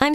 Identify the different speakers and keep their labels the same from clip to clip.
Speaker 1: I'm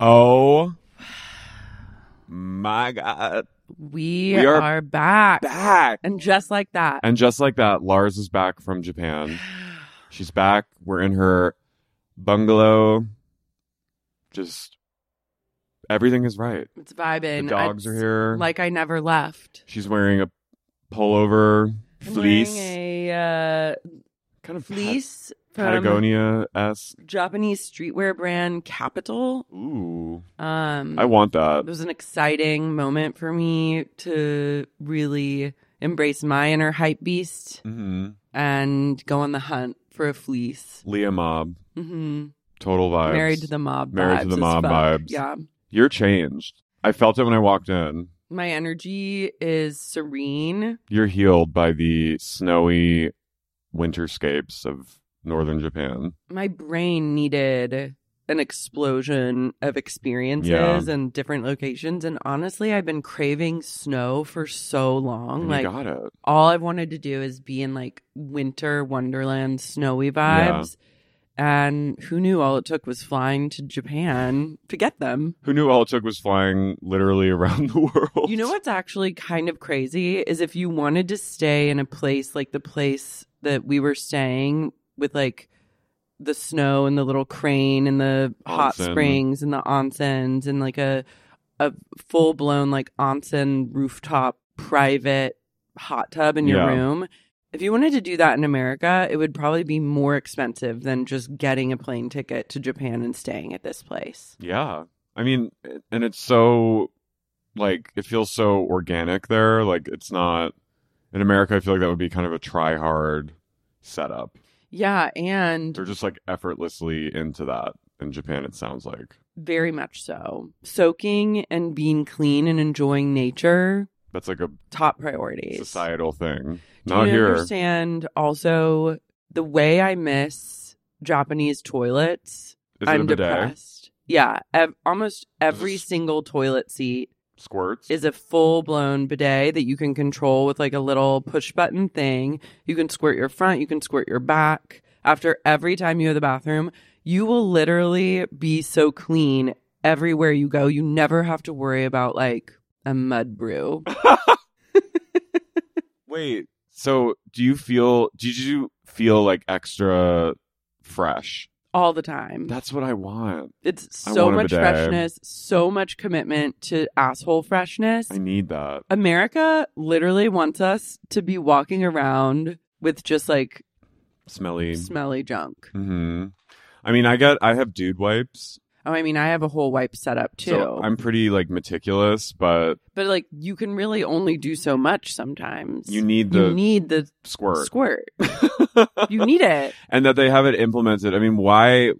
Speaker 2: Oh my God.
Speaker 3: We,
Speaker 2: We
Speaker 3: are,
Speaker 2: are
Speaker 3: back.
Speaker 2: Back.
Speaker 3: And just like that.
Speaker 2: And just like that, Lars is back from Japan. She's back. We're in her bungalow. Just everything is right.
Speaker 3: it's vibing.
Speaker 2: The dogs
Speaker 3: It's
Speaker 2: are here.
Speaker 3: Like I never left.
Speaker 2: She's wearing a pullover
Speaker 3: I'm
Speaker 2: fleece.
Speaker 3: wearing a uh,
Speaker 2: kind of
Speaker 3: fleece from
Speaker 2: Patagonia esque.
Speaker 3: Japanese streetwear brand Capital.
Speaker 2: Ooh.
Speaker 3: Um,
Speaker 2: I want that.
Speaker 3: it was an exciting moment for me to really embrace my inner hype beast
Speaker 2: hmm
Speaker 3: and go on the hunt for a fleece.
Speaker 2: Leah Mob.
Speaker 3: hmm
Speaker 2: Total vibes.
Speaker 3: Married to the mob.
Speaker 2: Married to
Speaker 3: vibes
Speaker 2: the
Speaker 3: as
Speaker 2: mob
Speaker 3: fuck.
Speaker 2: vibes.
Speaker 3: Yeah.
Speaker 2: You're changed. I felt it when I walked in.
Speaker 3: My energy is serene.
Speaker 2: You're healed by the snowy winterscapes of northern Japan.
Speaker 3: My brain needed an explosion of experiences
Speaker 2: Yeah.
Speaker 3: and different locations. And honestly, I've been craving snow for so long.
Speaker 2: And
Speaker 3: like
Speaker 2: you got it.
Speaker 3: all I've wanted to do is be in like winter wonderland, snowy vibes. And who knew all it took was flying to Japan to get them?
Speaker 2: Who knew all it took was flying literally around the world?
Speaker 3: You know what's actually kind of crazy is if you wanted to stay in a place like the place that we were staying with like the snow and the little crane and the hot
Speaker 2: Onsen.
Speaker 3: springs and the onsens and like a a full blown like onsen rooftop private hot tub in your
Speaker 2: Yeah.
Speaker 3: room. If you wanted to do that in America, it would probably be more expensive than just getting a plane ticket to Japan and staying at this place.
Speaker 2: Yeah. I mean, it- and it's so, like, it feels so organic there. Like, it's not, in America, I feel like that would be kind of a try hard setup.
Speaker 3: Yeah, and
Speaker 2: They're just like effortlessly into that. In Japan, it sounds like.
Speaker 3: Very much so. Soaking and being clean and enjoying nature,
Speaker 2: That's like a
Speaker 3: top priorities.
Speaker 2: societal thing.
Speaker 3: Do
Speaker 2: Not
Speaker 3: you
Speaker 2: here.
Speaker 3: understand also the way I miss Japanese toilets?
Speaker 2: Is
Speaker 3: I'm
Speaker 2: it a bidet?
Speaker 3: depressed. Yeah, ev- almost every
Speaker 2: this-
Speaker 3: single toilet seat
Speaker 2: Squirts?
Speaker 3: is a full blown bidet that you can control with like a little push button thing. You can squirt your front, you can squirt your back. After every time you go to the bathroom, you will literally be so clean everywhere you go. You never have to worry about like a mud brew.
Speaker 2: Wait. So, do you feel? Did you feel like extra fresh?
Speaker 3: All the time.
Speaker 2: That's what I want.
Speaker 3: It's
Speaker 2: I
Speaker 3: so
Speaker 2: want a
Speaker 3: much
Speaker 2: bidet.
Speaker 3: freshness, so much commitment to asshole freshness.
Speaker 2: I need that.
Speaker 3: America literally wants us to be walking around with just like
Speaker 2: Smelly.
Speaker 3: smelly junk.
Speaker 2: hmm I mean, I got. I have dude wipes,
Speaker 3: Oh, I mean, I have a whole wipe set up too.
Speaker 2: so I'm pretty like meticulous. But
Speaker 3: but like, you can really only do so much sometimes.
Speaker 2: you need the
Speaker 3: you need the
Speaker 2: squirt,
Speaker 3: squirt. you need it.
Speaker 2: and that they have it implemented. I mean, why?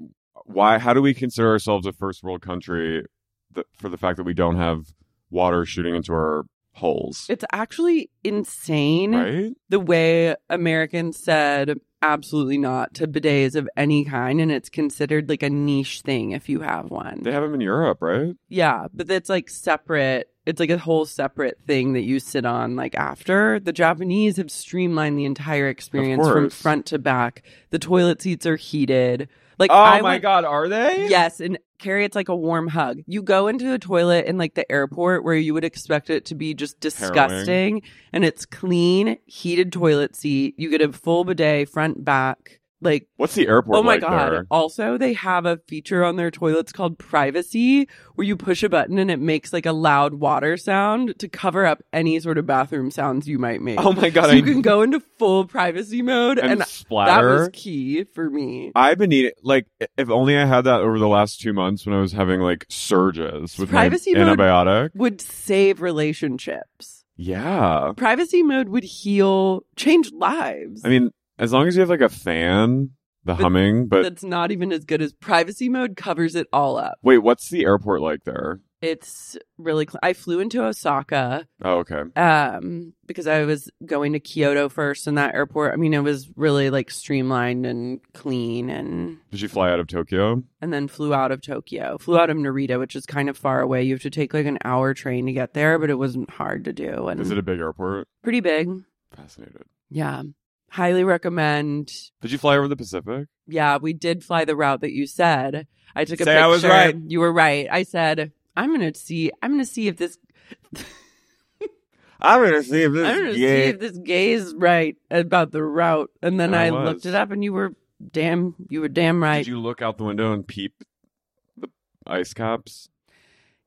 Speaker 2: Why? How do we consider ourselves a first world country th- for the fact that we don't have water shooting into our holes?
Speaker 3: It's actually insane
Speaker 2: right?
Speaker 3: the way Americans said absolutely not to bidets of any kind, and it's considered like a niche thing if you have one.
Speaker 2: They have them in Europe, right?
Speaker 3: Yeah, but that's like separate. It's like a whole separate thing that you sit on like after. The Japanese have streamlined the entire experience from
Speaker 2: course.
Speaker 3: front to back. The toilet seats are heated. Like
Speaker 2: oh
Speaker 3: I
Speaker 2: my
Speaker 3: went-
Speaker 2: god, are they?
Speaker 3: Yes, and carry it's like a warm hug. You go into the toilet in like the airport where you would expect it to be just disgusting, and it's clean, heated toilet seat. You get a full bidet front back. Like
Speaker 2: What's the airport?
Speaker 3: Oh my
Speaker 2: like
Speaker 3: god.
Speaker 2: there?
Speaker 3: Also, they have a feature on their toilets called privacy where you push a button and it makes like a loud water sound to cover up any sort of bathroom sounds you might make.
Speaker 2: Oh my god,
Speaker 3: So
Speaker 2: I
Speaker 3: you can go into full privacy mode
Speaker 2: and,
Speaker 3: and, that
Speaker 2: splatter.
Speaker 3: was key for me.
Speaker 2: I've been eating like if only I had that over the last two months when I was having like surges with
Speaker 3: Privacy
Speaker 2: my
Speaker 3: mode-
Speaker 2: antibiotic.
Speaker 3: Would save relationships.
Speaker 2: Yeah,
Speaker 3: Privacy mode would heal change lives.
Speaker 2: I mean, as long as you have like a fan The humming, but
Speaker 3: that's not even as good as privacy mode covers it all up.
Speaker 2: wait, what's the airport like there?
Speaker 3: It's really cl- I flew into Osaka
Speaker 2: Oh, okay.
Speaker 3: um because I was going to Kyoto first in that airport. I mean, it was really like streamlined and clean and
Speaker 2: Did you fly out of Tokyo?
Speaker 3: and then flew out of Tokyo. Flew out of Narita, which is kind of far away. You have to take like an hour train to get there, but it wasn't hard to do and
Speaker 2: Is it a big airport?
Speaker 3: pretty big.
Speaker 2: Fascinated.
Speaker 3: Yeah. Highly recommend.
Speaker 2: Did you fly over the Pacific?
Speaker 3: Yeah, we did fly the route that you said. I took a
Speaker 2: Say
Speaker 3: picture.
Speaker 2: I was right.
Speaker 3: You were right. I said, I'm going to see I'm going to see if this
Speaker 2: I'm gonna see if this.
Speaker 3: I'm going to see if this gay is right about the route. And then
Speaker 2: And I
Speaker 3: I,
Speaker 2: was.
Speaker 3: looked it up and you were damn you were damn right.
Speaker 2: Did you look out the window and peep the ice caps?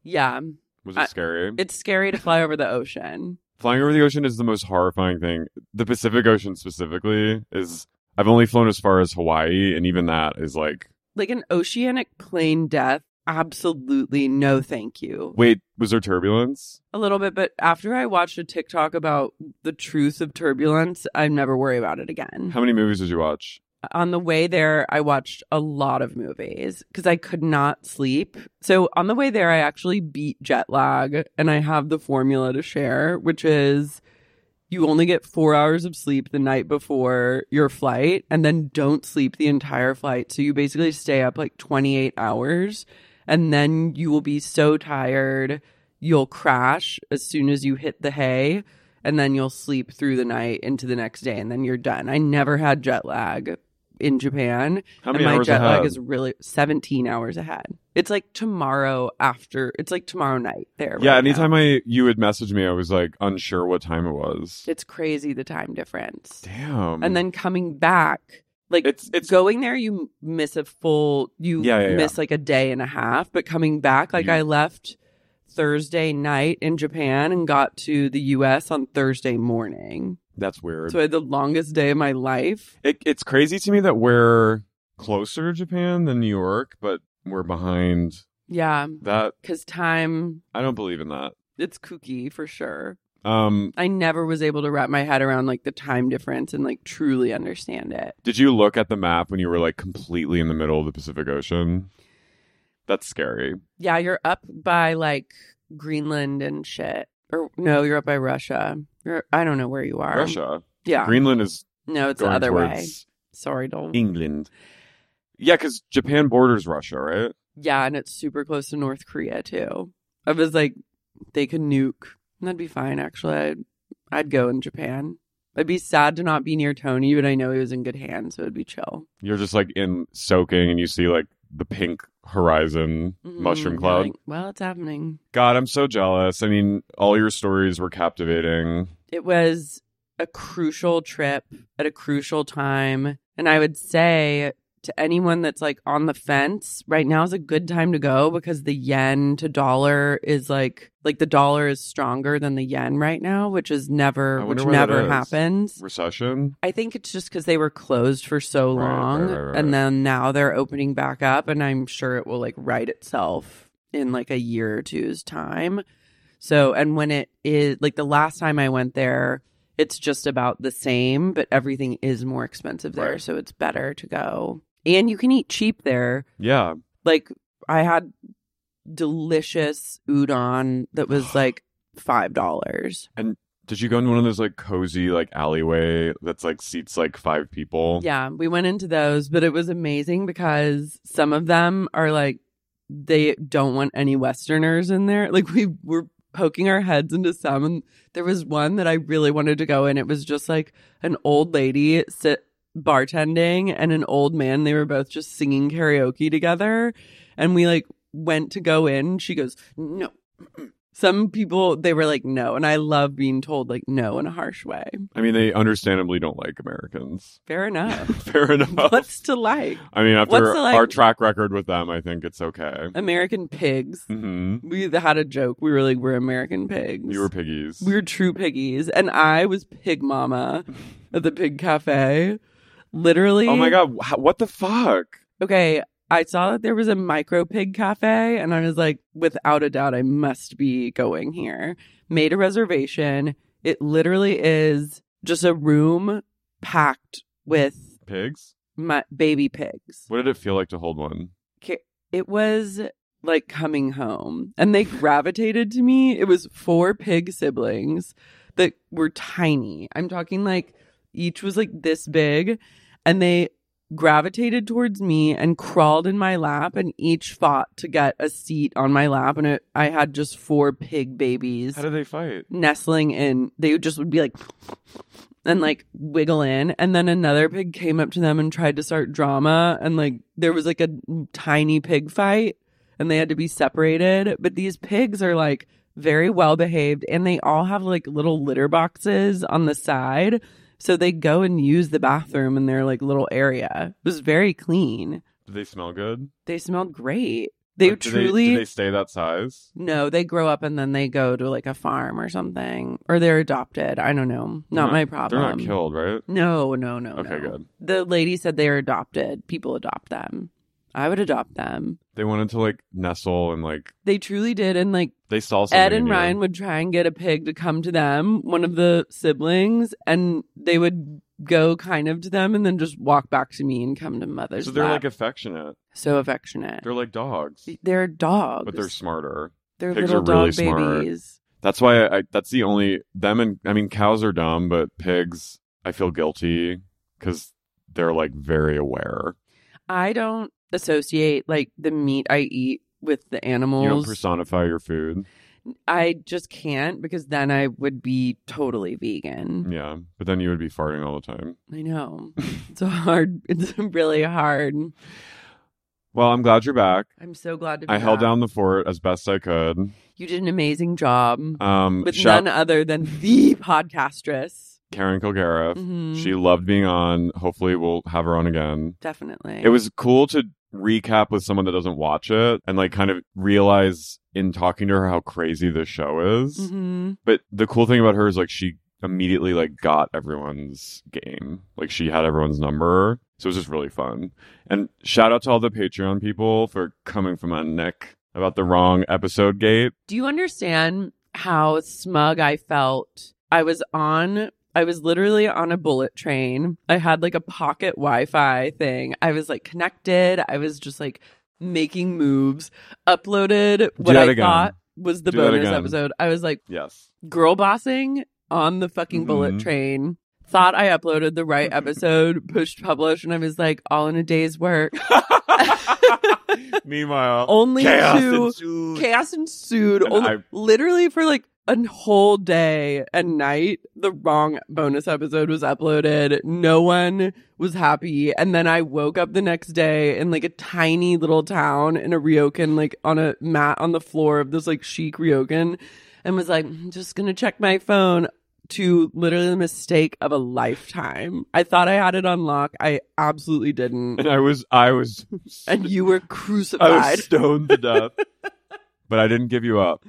Speaker 3: yeah.
Speaker 2: Was it
Speaker 3: I-
Speaker 2: scary?
Speaker 3: It's scary to fly over the ocean.
Speaker 2: Flying over the ocean is the most horrifying thing. The Pacific Ocean specifically is. I've only flown as far as Hawaii, and even that is like.
Speaker 3: Like an oceanic plane death. Absolutely no thank you.
Speaker 2: Wait, was there turbulence?
Speaker 3: A little bit, but after I watched a TikTok about the truth of turbulence, I never worry about it again.
Speaker 2: How many movies did you watch?
Speaker 3: on the way there, I watched a lot of movies because I could not sleep. So on the way there, I actually beat jet lag and I have the formula to share, which is you only get four hours of sleep the night before your flight and then don't sleep the entire flight. So you basically stay up like 28 hours and then you will be so tired, you'll crash as soon as you hit the hay. And then you'll sleep through the night into the next day, and then you're done. I never had jet lag in Japan.
Speaker 2: How many
Speaker 3: and my
Speaker 2: hours
Speaker 3: jet lag
Speaker 2: ahead?
Speaker 3: is really 17 hours ahead. It's like tomorrow after, it's like tomorrow night there.
Speaker 2: Yeah,
Speaker 3: right now.
Speaker 2: anytime I you would message me, I was like unsure what time it was.
Speaker 3: It's crazy the time difference.
Speaker 2: Damn.
Speaker 3: And then coming back, like
Speaker 2: It's- it's-
Speaker 3: going there, you miss a full, you
Speaker 2: Yeah, yeah, Mm-hmm. yeah.
Speaker 3: miss like a day and a half. But coming back, like
Speaker 2: You-
Speaker 3: I left Thursday night in Japan and got to the US on Thursday morning.
Speaker 2: that's weird.
Speaker 3: So I had the longest day of my life.
Speaker 2: It, it's crazy to me that we're closer to Japan than New York, but we're behind
Speaker 3: Mm-hmm. Yeah.
Speaker 2: that.
Speaker 3: Cause time,
Speaker 2: I don't believe in that.
Speaker 3: it's kooky for sure.
Speaker 2: Um,
Speaker 3: I never was able to wrap my head around like the time difference and like truly understand it.
Speaker 2: did you look at the map when you were like completely in the middle of the Pacific Ocean? That's scary.
Speaker 3: Yeah, you're up by like Greenland and shit. Or no, you're up by Russia. You're I don't know where you are.
Speaker 2: Russia,
Speaker 3: Yeah.
Speaker 2: Greenland is
Speaker 3: no, Um, uh, it's the
Speaker 2: going
Speaker 3: other
Speaker 2: towards
Speaker 3: way. Sorry, Dol.
Speaker 2: England. Yeah, because Japan borders Russia, right?
Speaker 3: Yeah, and it's super close to North Korea too. I was like, they could nuke. That'd be fine actually. I'd, I'd go in Japan. I'd be sad to not be near Tony, but I know he was in good hands, so it'd be chill.
Speaker 2: You're just like in soaking, and you see like the pink horizon
Speaker 3: Mhm.
Speaker 2: mushroom
Speaker 3: You're
Speaker 2: cloud.
Speaker 3: like, well, it's happening.
Speaker 2: God, I'm so jealous. I mean, all your stories were captivating.
Speaker 3: it was a crucial trip at a crucial time. And I would say to anyone that's like on the fence, right now is a good time to go because the yen to dollar is like like the dollar is stronger than the yen right now, which is never
Speaker 2: I
Speaker 3: which
Speaker 2: wonder why that
Speaker 3: never
Speaker 2: is.
Speaker 3: happens.
Speaker 2: Recession.
Speaker 3: I think it's just because they were closed for so
Speaker 2: Right, right,
Speaker 3: long
Speaker 2: right, right.
Speaker 3: and then now they're opening back up and I'm sure it will like right itself in like a year or two's time. So and when it is like the last time I went there, it's just about the same, but everything is more expensive there,
Speaker 2: Right.
Speaker 3: so it's better to go. And you can eat cheap there.
Speaker 2: Yeah.
Speaker 3: Like I had delicious udon that was like five dollars.
Speaker 2: Did you go into one of those like cozy like alleyway that's like seats like five people?
Speaker 3: Yeah, we went into those, but it was amazing because some of them are like they don't want any Westerners in there. Like we were poking our heads into some, and there was one that I really wanted to go in. It was just like an old lady sit bartending and an old man. They were both just singing karaoke together, and we like went to go in. She goes, "No." Some people they were like no, and I love being told like no in a harsh way.
Speaker 2: I mean, they understandably don't like Americans.
Speaker 3: Fair enough.
Speaker 2: Fair enough.
Speaker 3: What's to like?
Speaker 2: I mean, after
Speaker 3: what's the, like-
Speaker 2: our track record with them, I think it's okay.
Speaker 3: American pigs.
Speaker 2: hmm
Speaker 3: We th- had a joke. We were like, we're American pigs.
Speaker 2: You were piggies.
Speaker 3: we were true piggies. And I was pig mama at the pig cafe. Literally.
Speaker 2: oh my god! wh- how- What the fuck?
Speaker 3: Okay. I saw that there was a micro pig cafe and I was like, without a doubt, I must be going here. Made a reservation. It literally is just a room packed with
Speaker 2: Pigs?
Speaker 3: my baby pigs.
Speaker 2: What did it feel like to hold one?
Speaker 3: Ca- It was like coming home, and they gravitated to me. It was four pig siblings that were tiny. I'm talking like each was like this big, and they gravitated towards me and crawled in my lap, and each fought to get a seat on my lap. And it, I had just four pig babies
Speaker 2: How did they fight?
Speaker 3: nestling in. They just would be like and like wiggle in. And then another pig came up to them and tried to start drama. And like there was like a tiny pig fight and they had to be separated. But these pigs are like very well behaved and they all have like little litter boxes on the side. So they go and use the bathroom in their like little area. It was very clean.
Speaker 2: Did they smell good?
Speaker 3: They smelled great. They
Speaker 2: Like, do
Speaker 3: truly
Speaker 2: do they stay that size?
Speaker 3: no, they grow up and then they go to like a farm or something, or they're adopted. I don't know. Not,
Speaker 2: They're
Speaker 3: my
Speaker 2: They're
Speaker 3: problem.
Speaker 2: not killed, right?
Speaker 3: No, no, no.
Speaker 2: Okay,
Speaker 3: no.
Speaker 2: good.
Speaker 3: The lady said they are adopted. People adopt them. I would adopt them.
Speaker 2: They wanted to like nestle and like
Speaker 3: They truly did. And like
Speaker 2: they saw something.
Speaker 3: Ed and
Speaker 2: new.
Speaker 3: Ryan would try and get a pig to come to them, one of the siblings, and they would go kind of to them and then just walk back to me and come to mother's.
Speaker 2: So they're like
Speaker 3: lap.
Speaker 2: affectionate.
Speaker 3: so affectionate.
Speaker 2: They're like dogs,
Speaker 3: They're, dogs.
Speaker 2: but they're smarter.
Speaker 3: They're
Speaker 2: pigs
Speaker 3: little
Speaker 2: are really
Speaker 3: dog
Speaker 2: smart.
Speaker 3: babies.
Speaker 2: That's why I, I. That's the only them and I mean cows are dumb, but pigs. I feel guilty because they're like very aware.
Speaker 3: I don't associate like the meat I eat with the
Speaker 2: You don't
Speaker 3: animals.
Speaker 2: personify your food.
Speaker 3: I just can't because then I would be totally vegan.
Speaker 2: Yeah, but then you would be farting all the time.
Speaker 3: I know. It's a hard it's really hard.
Speaker 2: Well, I'm glad you're back.
Speaker 3: I'm so glad to be
Speaker 2: I held
Speaker 3: back.
Speaker 2: down the fort as best I could.
Speaker 3: You did an amazing job
Speaker 2: Um,
Speaker 3: with
Speaker 2: shout-
Speaker 3: none other than the podcastress.
Speaker 2: Karen Kilgariff.
Speaker 3: Mhm.
Speaker 2: She loved being on. Hopefully, we'll have her on again.
Speaker 3: Definitely.
Speaker 2: It was cool to recap with someone that doesn't watch it and like kind of realize in talking to her how crazy this show is.
Speaker 3: hmm
Speaker 2: But the cool thing about her is like she immediately like got everyone's game. Like she had everyone's number. So it was just really fun. And shout out to all the Patreon people for coming from on Nick about the wrong episode gate.
Speaker 3: Do you understand how smug I felt? I was on, I was literally on a bullet train. I had like a pocket Wi Fi thing. I was like connected. I was just like making moves, uploaded what
Speaker 2: that
Speaker 3: I
Speaker 2: again.
Speaker 3: thought was the
Speaker 2: Do that
Speaker 3: bonus
Speaker 2: again.
Speaker 3: episode. I was like
Speaker 2: Yes.
Speaker 3: girl bossing on the fucking bullet
Speaker 2: Mhm.
Speaker 3: train. Thought I uploaded the right episode, pushed publish, and I was like, all in a day's work.
Speaker 2: Meanwhile,
Speaker 3: Only
Speaker 2: chaos
Speaker 3: two-
Speaker 2: ensued.
Speaker 3: chaos ensued
Speaker 2: And
Speaker 3: only,
Speaker 2: I-
Speaker 3: literally for like a whole day and night the wrong bonus episode was uploaded no one was happy and then i woke up the next day in like a tiny little town in a ryokan like on a mat on the floor of this like chic ryokan and was like "I'm just gonna check my phone to literally the mistake of a lifetime i thought i had it on lock i absolutely didn't
Speaker 2: and I was, I was,
Speaker 3: and you were
Speaker 2: I
Speaker 3: crucified
Speaker 2: was stoned to death. but I didn't give you up.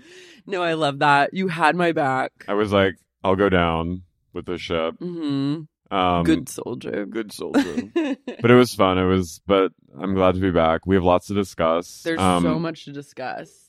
Speaker 3: No, I love that. You had my back.
Speaker 2: I was like, I'll go down with this ship.
Speaker 3: hmm
Speaker 2: Um,
Speaker 3: Good soldier.
Speaker 2: good soldier. but it was fun. It was, but I'm glad to be back. We have lots to discuss.
Speaker 3: There's
Speaker 2: Um,
Speaker 3: so much to discuss.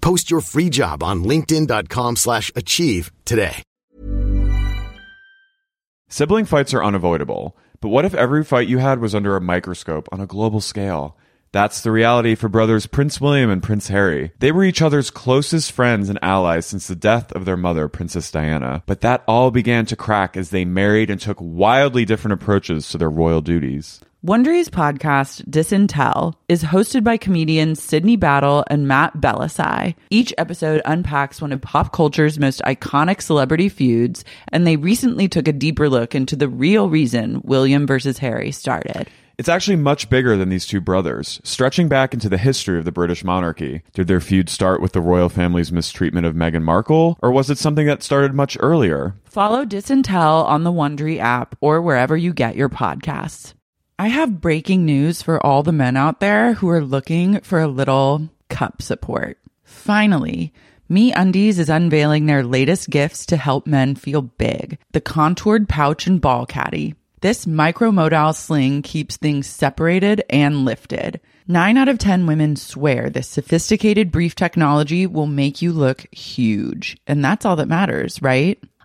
Speaker 4: Post your free job on linkedin.com/achieve slash achieve today.
Speaker 2: Sibling fights are unavoidable, but what if every fight you had was under a microscope on a global scale? That's the reality for brothers Prince William and Prince Harry. They were each other's closest friends and allies since the death of their mother, Princess Diana. But that all began to crack as they married and took wildly different approaches to their royal duties.
Speaker 5: Wondery's podcast Disintel is hosted by comedians Sydney Battle and Matt Bellassai. Each episode unpacks one of pop culture's most iconic celebrity feuds, and they recently took a deeper look into the real reason William versus Harry started.
Speaker 2: It's actually much bigger than these two brothers, stretching back into the history of the British monarchy. Did their feud start with the royal family's mistreatment of Meghan Markle, or was it something that started much earlier?
Speaker 5: Follow Disintel on the Wondery app or wherever you get your podcasts.
Speaker 3: I have breaking news for all the men out there who are looking for a little cup support. Finally, Me Undies is unveiling their latest gifts to help men feel big the contoured pouch and ball caddy. This micromodal sling keeps things separated and lifted. Nine out of 10 women swear this sophisticated brief technology will make you look huge. And that's all that matters, right?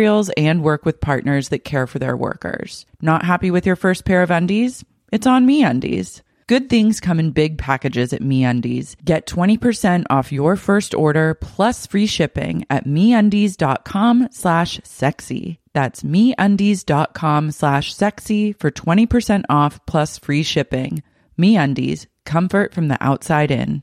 Speaker 3: and work with partners that care for their workers. Not happy with your first pair of undies? It's on me undies. Good things come in big packages at MeUndies. Get 20% off your first order plus free shipping at MeUndies.com slash sexy. That's MeUndies.com slash sexy for 20% off plus free shipping. MeUndies, comfort from the outside in.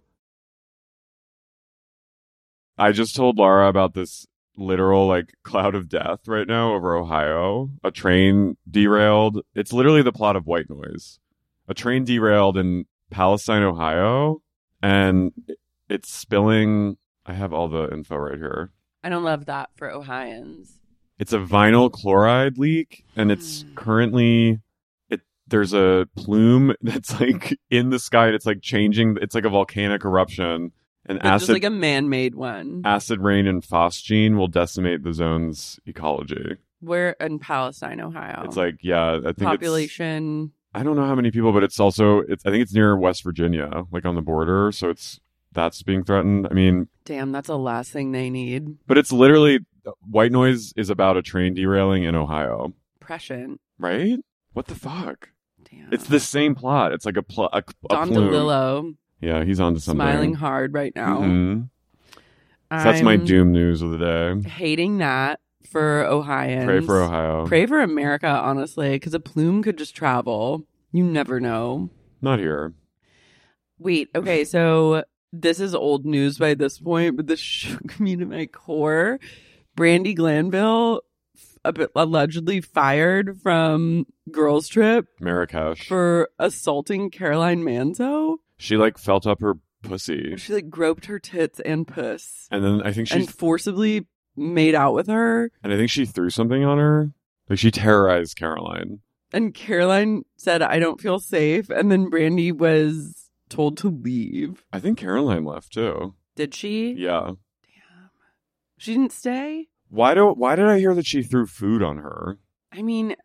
Speaker 2: I just told Laura about this literal like cloud of death right now over Ohio. A train derailed. It's literally the plot of White Noise. A train derailed in Palestine, Ohio, and it's spilling. I have all the info right here.
Speaker 6: I don't love that for Ohioans.
Speaker 2: It's a vinyl chloride leak, and it's
Speaker 6: Hmm.
Speaker 2: currently it. There's a plume that's like in the sky, and it's like changing. It's like a volcanic eruption, and
Speaker 6: It's
Speaker 2: acid
Speaker 6: just like a man made one.
Speaker 2: acid rain and phosgene will decimate the zone's ecology.
Speaker 6: We're in Palestine, Ohio.
Speaker 2: It's like yeah, I think it's-
Speaker 6: Oh. population.
Speaker 2: I don't know how many people, but it's also it's. I think it's near West Virginia, like on the border. So it's that's being threatened. I mean,
Speaker 6: Damn, that's the last thing they need.
Speaker 2: but it's literally white noise is about a train derailing in Ohio,
Speaker 6: Prescient.
Speaker 2: right? What the fuck?
Speaker 6: Damn.
Speaker 2: It's the same plot. It's like a plot. A, a
Speaker 6: Don
Speaker 2: plume.
Speaker 6: DeLillo
Speaker 2: Yeah, he's onto something.
Speaker 6: smiling hard right now.
Speaker 2: Mhm. So that's my
Speaker 6: I'm
Speaker 2: doom news of the day.
Speaker 6: Hating that for Ohioans.
Speaker 2: Pray for Ohio.
Speaker 6: Pray for America, honestly, because a plume could just travel. You never know.
Speaker 2: Not here.
Speaker 6: Wait, okay, so this is old news by this point, but this shook me to my core. Brandy Glanville f- a bit allegedly fired from Girls Trip
Speaker 2: Marrakesh.
Speaker 6: for assaulting Caroline Manzo.
Speaker 2: she like felt up her pussy,
Speaker 6: She like groped her tits and puss
Speaker 2: and then I think she
Speaker 6: and forcibly made out with her.
Speaker 2: and I think she threw something on her. Like she terrorized Caroline.
Speaker 6: And Caroline said, I don't feel safe. And then Brandy was told to leave.
Speaker 2: I think Caroline left too.
Speaker 6: Did she?
Speaker 2: Yeah.
Speaker 6: She didn't stay?
Speaker 2: Why do why did I hear that she threw food on her?
Speaker 6: I mean,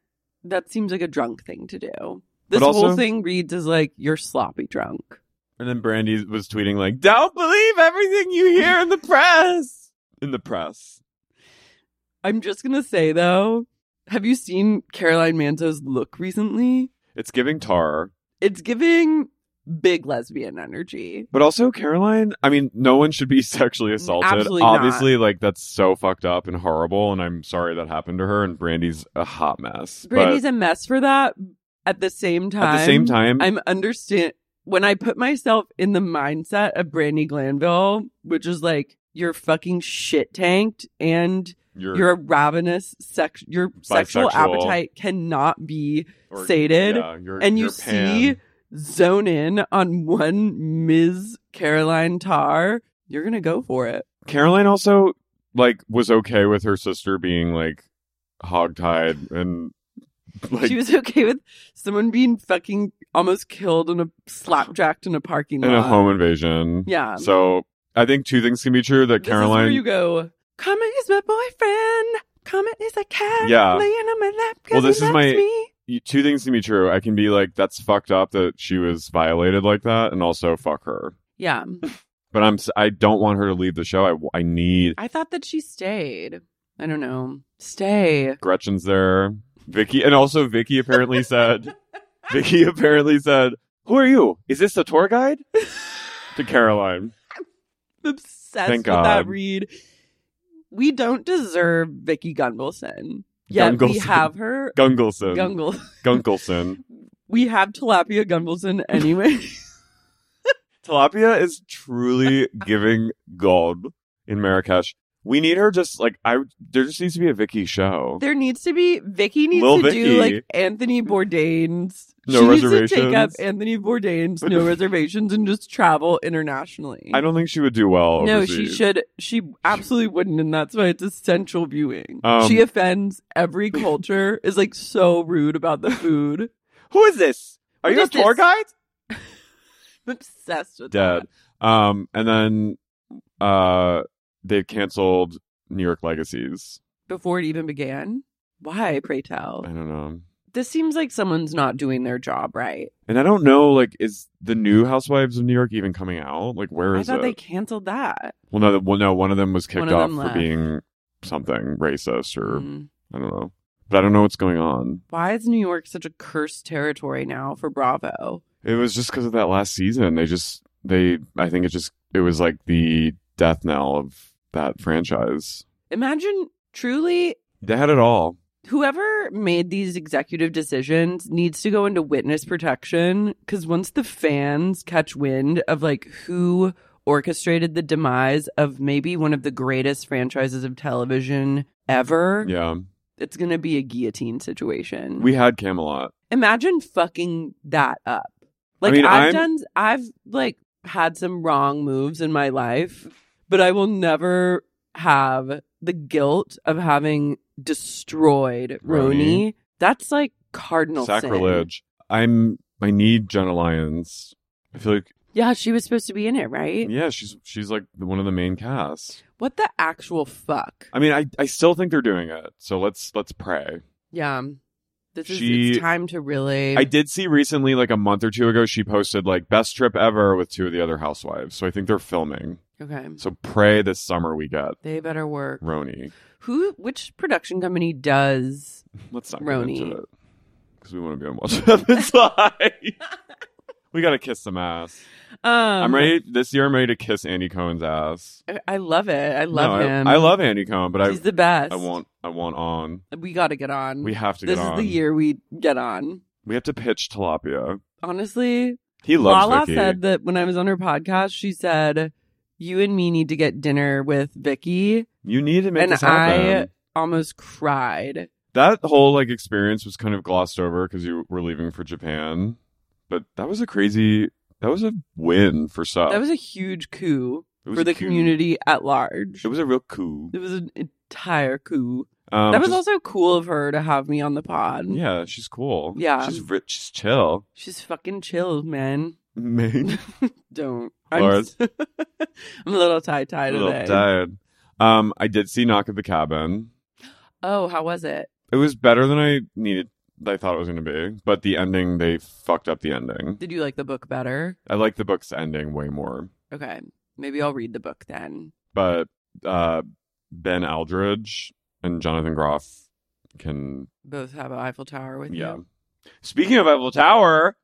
Speaker 6: that seems like a drunk thing to do. This
Speaker 2: But
Speaker 6: whole
Speaker 2: also-
Speaker 6: thing reads as like you're sloppy drunk.
Speaker 2: And then Brandy was tweeting like, "Don't believe everything you hear in the press." In the press.
Speaker 6: I'm just gonna say though, have you seen Caroline Manzo's look recently?
Speaker 2: It's giving tar.
Speaker 6: It's giving big lesbian energy.
Speaker 2: But also Caroline, I mean, no one should be sexually assaulted.
Speaker 6: Mm, Absolutely not.
Speaker 2: Obviously, like that's so fucked up and horrible and I'm sorry that happened to her and Brandy's a hot mess.
Speaker 6: Brandy's
Speaker 2: but
Speaker 6: a mess for that. At the same time,
Speaker 2: at the same time,
Speaker 6: I'm understand when I put myself in the mindset of Brandy Glanville, which is like you're fucking shit tanked and
Speaker 2: you're,
Speaker 6: your ravenous sex your sexual
Speaker 2: Bisexual.
Speaker 6: appetite cannot be
Speaker 2: or-
Speaker 6: sated,
Speaker 2: yeah, you're-
Speaker 6: and you
Speaker 2: you're pan.
Speaker 6: see zone in on one Ms. Caroline Tarr, you're gonna go for it.
Speaker 2: Caroline also like was okay with her sister being like hogtied and like
Speaker 6: she was okay with someone being fucking almost killed and a slapjacked in a parking lot.
Speaker 2: in a home invasion.
Speaker 6: Yeah.
Speaker 2: So I think two things can be true that
Speaker 6: This is where
Speaker 2: Caroline
Speaker 6: you go. Comet is my boyfriend. Comet is a cat
Speaker 2: Yeah.
Speaker 6: laying on my lap. 'cause
Speaker 2: Well, this
Speaker 6: he
Speaker 2: is
Speaker 6: loves
Speaker 2: my-
Speaker 6: me.
Speaker 2: you- two things can be true. I can be like, that's fucked up that she was violated like that, and also fuck her.
Speaker 6: Yeah,
Speaker 2: But I'm s- I don't want her to leave the show. I w- I need
Speaker 6: I thought that she stayed. I don't know. Stay.
Speaker 2: Gretchen's there, Vicky, and also Vicky apparently said, Vicky apparently said, who are you? Is this the tour guide? to Caroline.
Speaker 6: I'm obsessed
Speaker 2: Thank
Speaker 6: with that
Speaker 2: God.
Speaker 6: read. We don't deserve Vicky Gunvalson. Yet we
Speaker 2: Gunvalson.
Speaker 6: have her.
Speaker 2: Gungelson.
Speaker 6: Gungle.
Speaker 2: Gungelson.
Speaker 6: We have Tilapia Gunvalson anyway.
Speaker 2: Tilapia is truly giving gold in Marrakesh. We need her just like I there just needs to be a Vicky show.
Speaker 6: there needs to be Vicky needs
Speaker 2: Lil
Speaker 6: to do
Speaker 2: Vicky.
Speaker 6: like Anthony Bourdain's.
Speaker 2: No
Speaker 6: she Needs to take up
Speaker 2: reservations.
Speaker 6: Anthony Bourdain's no reservations and just travel internationally.
Speaker 2: I don't think she would do well.
Speaker 6: No,
Speaker 2: overseas.
Speaker 6: she should. She absolutely wouldn't, and that's why it's essential viewing.
Speaker 2: Um,
Speaker 6: she offends every culture. is like so rude about the food.
Speaker 2: Who is this? Are
Speaker 6: What
Speaker 2: you a
Speaker 6: is this?
Speaker 2: tour guide?
Speaker 6: I'm obsessed with
Speaker 2: Dead. Um, and then uh, they've canceled New York Legacies.
Speaker 6: that before it even began. Why, pray tell?
Speaker 2: I don't know.
Speaker 6: This seems like someone's not doing their job right.
Speaker 2: And I don't know, like, is the new Housewives of New York even coming out? Like, where
Speaker 6: I
Speaker 2: is
Speaker 6: thought
Speaker 2: it?
Speaker 6: they canceled that.
Speaker 2: Well, no, th- well, no. One of them was
Speaker 6: One
Speaker 2: kicked
Speaker 6: of
Speaker 2: off
Speaker 6: them
Speaker 2: for
Speaker 6: left.
Speaker 2: being something racist, or
Speaker 6: Mm.
Speaker 2: I don't know. But I don't know what's going on.
Speaker 6: Why is New York such a cursed territory now for Bravo?
Speaker 2: It was just because of that last season. They just they. I think it just it was like the death knell of that franchise.
Speaker 6: Imagine truly
Speaker 2: They had it all.
Speaker 6: whoever made these executive decisions needs to go into witness protection because once the fans catch wind of like who orchestrated the demise of maybe one of the greatest franchises of television ever
Speaker 2: Yeah,
Speaker 6: it's gonna be a guillotine situation
Speaker 2: we had Camelot.
Speaker 6: imagine fucking that up like
Speaker 2: mean, I'm-
Speaker 6: i've done i've like had some wrong moves in my life but i will never have the guilt of having destroyed roni,
Speaker 2: Roni.
Speaker 6: that's like cardinal sin.
Speaker 2: sacrilege. I'm. I need Jenna Lyons. I feel like
Speaker 6: yeah she was supposed to be in it right
Speaker 2: yeah, she's she's like one of the main cast.
Speaker 6: what the actual fuck
Speaker 2: I mean, I I still think they're doing it. So let's let's pray.
Speaker 6: yeah this is
Speaker 2: She-
Speaker 6: it's time to really
Speaker 2: I did see recently, like a month or two ago, she posted like best trip ever with two of the other housewives. So I think they're filming.
Speaker 6: okay
Speaker 2: So pray this summer we get
Speaker 6: they better work
Speaker 2: Roni.
Speaker 6: who which production company does
Speaker 2: Let's not get
Speaker 6: Roni.
Speaker 2: into it because we want to be on Watch Happens Live. we gotta kiss some ass.
Speaker 6: um
Speaker 2: I'm ready this year. I'm ready to kiss Andy Cohen's ass.
Speaker 6: I- I love it. I love
Speaker 2: No, I-
Speaker 6: him.
Speaker 2: I, love Andy Cohen, but I
Speaker 6: He's the best.
Speaker 2: I want I want on.
Speaker 6: We got to get on.
Speaker 2: We have to
Speaker 6: Mm. this
Speaker 2: get on.
Speaker 6: is the year we get on.
Speaker 2: We have to pitch Tilapia.
Speaker 6: Honestly,
Speaker 2: He loves
Speaker 6: Lala
Speaker 2: Vicky.
Speaker 6: said that when I was on her podcast, she said, "You and me need to get dinner with Vicky,"
Speaker 2: you need to make
Speaker 6: and
Speaker 2: this happen.
Speaker 6: I almost cried.
Speaker 2: that whole like experience was kind of glossed over because you were leaving for Japan, but that was a crazy. That was a win for Sub.
Speaker 6: That was a huge
Speaker 2: Oh.
Speaker 6: coup
Speaker 2: It was
Speaker 6: for
Speaker 2: a
Speaker 6: the
Speaker 2: coup.
Speaker 6: community at large.
Speaker 2: It was a real coup.
Speaker 6: It was an entire coup.
Speaker 2: Um,
Speaker 6: that was
Speaker 2: just-
Speaker 6: also cool of her to have me on the pod.
Speaker 2: yeah. She's cool.
Speaker 6: Yeah.
Speaker 2: she's rich. She's chill.
Speaker 6: She's fucking chill, man.
Speaker 2: Man,
Speaker 6: Don't.
Speaker 2: Lars.
Speaker 6: I'm, s- I'm a little tie
Speaker 2: a
Speaker 6: tie
Speaker 2: little
Speaker 6: today.
Speaker 2: tired. Um, I did see Knock at the Cabin.
Speaker 6: Oh, how was it?
Speaker 2: It was better than I needed. they thought it was going to be, but the ending they fucked up the ending.
Speaker 6: Did you like the book better?
Speaker 2: I like the book's ending way more,
Speaker 6: Okay. Maybe I'll read the book then.
Speaker 2: but uh, Ben Aldridge and Jonathan Groff can
Speaker 6: Both have an Eiffel Tower with
Speaker 2: yeah.
Speaker 6: you.
Speaker 2: Speaking of Eiffel Tower,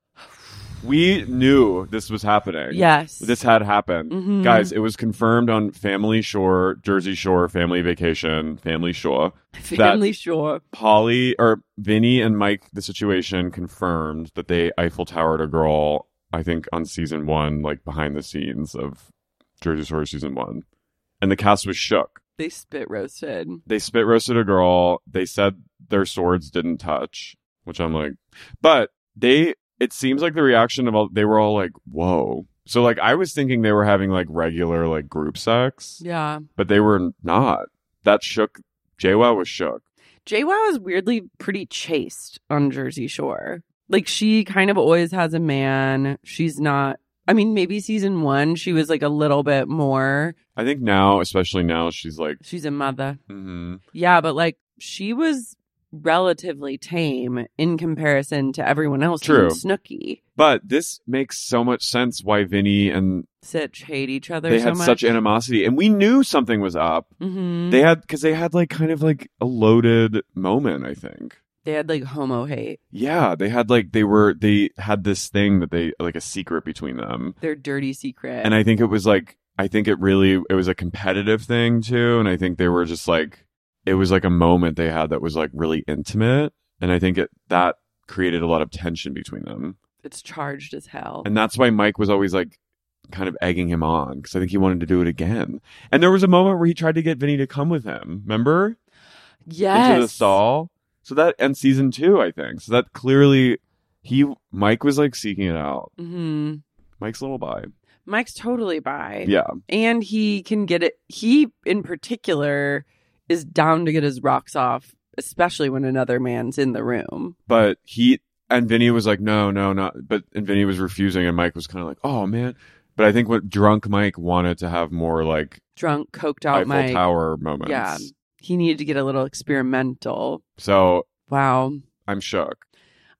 Speaker 2: we knew this was happening.
Speaker 3: Yes.
Speaker 2: This had happened.
Speaker 6: Mhm.
Speaker 2: Guys, it was confirmed on Family Shore, Jersey Shore, Family Vacation, Family Shore.
Speaker 6: Family Shore.
Speaker 2: Polly or Vinny and Mike, the situation confirmed that they Eiffel Towered a girl, I think on season one, like behind the scenes of Jersey Shore season one. And the cast was shook.
Speaker 6: They spit roasted.
Speaker 2: They spit roasted a girl. They said their swords didn't touch, which I'm like, but they, it seems like the reaction of all, they were all like, whoa. So like I was thinking they were having like regular like group sex,
Speaker 6: Yeah.
Speaker 2: but they were not. That shook, JWoww was shook.
Speaker 6: JWoww is weirdly pretty chaste on Jersey Shore. Like she kind of always has a man. She's not. I mean, maybe season one she was like a little bit more.
Speaker 2: I think now, especially now, she's like,
Speaker 6: She's a mother.
Speaker 2: mm-hmm.
Speaker 6: Yeah, but like she was relatively tame in comparison to everyone else.
Speaker 2: True.
Speaker 6: Even Snooki.
Speaker 2: but this makes so much sense why Vinny and
Speaker 6: Sitch hate each other.
Speaker 2: they
Speaker 6: so
Speaker 2: had
Speaker 6: much.
Speaker 2: such animosity, and we knew something was up.
Speaker 6: Mhm.
Speaker 2: They had because they had like kind of like a loaded moment, I think.
Speaker 6: They had like homo hate.
Speaker 2: Yeah, they had like they were they had this thing that they like a secret between them,
Speaker 6: Their dirty secret.
Speaker 2: and I think it was like I think it really it was a competitive thing too, and I think they were just like it was like a moment they had that was like really intimate, and I think it that created a lot of tension between them.
Speaker 6: it's charged as hell.
Speaker 2: And that's why Mike was always like kind of egging him on because I think he wanted to do it again. And there was a moment where he tried to get Vinny to come with him, remember?
Speaker 6: yes.
Speaker 2: Into the stall. So that and season two, I think. So that clearly he Mike was like seeking it out.
Speaker 6: Mhm.
Speaker 2: Mike's a little bi.
Speaker 6: Mike's totally bi.
Speaker 2: Yeah.
Speaker 6: and he can get it. He, in particular, is down to get his rocks off, especially when another man's in the room.
Speaker 2: But he and Vinny was like, no, no, not but and Vinny was refusing and Mike was kind of like, oh man. But I think what drunk Mike wanted to have more like
Speaker 6: Drunk, coked out,
Speaker 2: Eiffel
Speaker 6: Mike.
Speaker 2: Tower moments.
Speaker 6: Yeah. He needed to get a little experimental.
Speaker 2: So
Speaker 6: Wow.
Speaker 2: I'm shook.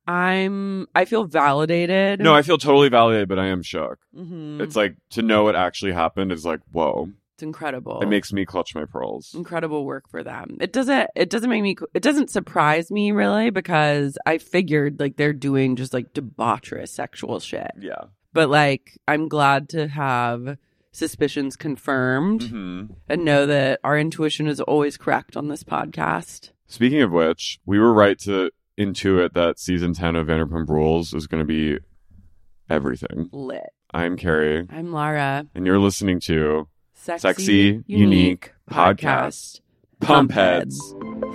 Speaker 6: I'm. I feel validated.
Speaker 2: No, I feel totally validated, but I am shook.
Speaker 6: Mhm.
Speaker 2: It's like to know what actually happened is like, whoa.
Speaker 6: it's incredible.
Speaker 2: It makes me clutch my pearls.
Speaker 6: incredible work for them. It doesn't it doesn't make me it doesn't surprise me really because I figured like they're doing just like debaucherous sexual shit.
Speaker 2: Yeah.
Speaker 6: But like I'm glad to have suspicions confirmed
Speaker 2: Mm-hmm.
Speaker 6: and know that our intuition is always correct on this podcast.
Speaker 2: Speaking of which, we were right to intuit that season 10 of Vanderpump Rules is going to be everything.
Speaker 6: Lit.
Speaker 2: I'm Carrie,
Speaker 6: I'm Lara.
Speaker 2: and you're listening to
Speaker 6: Sexy,
Speaker 2: Sexy, Unique Podcast. Pump Heads.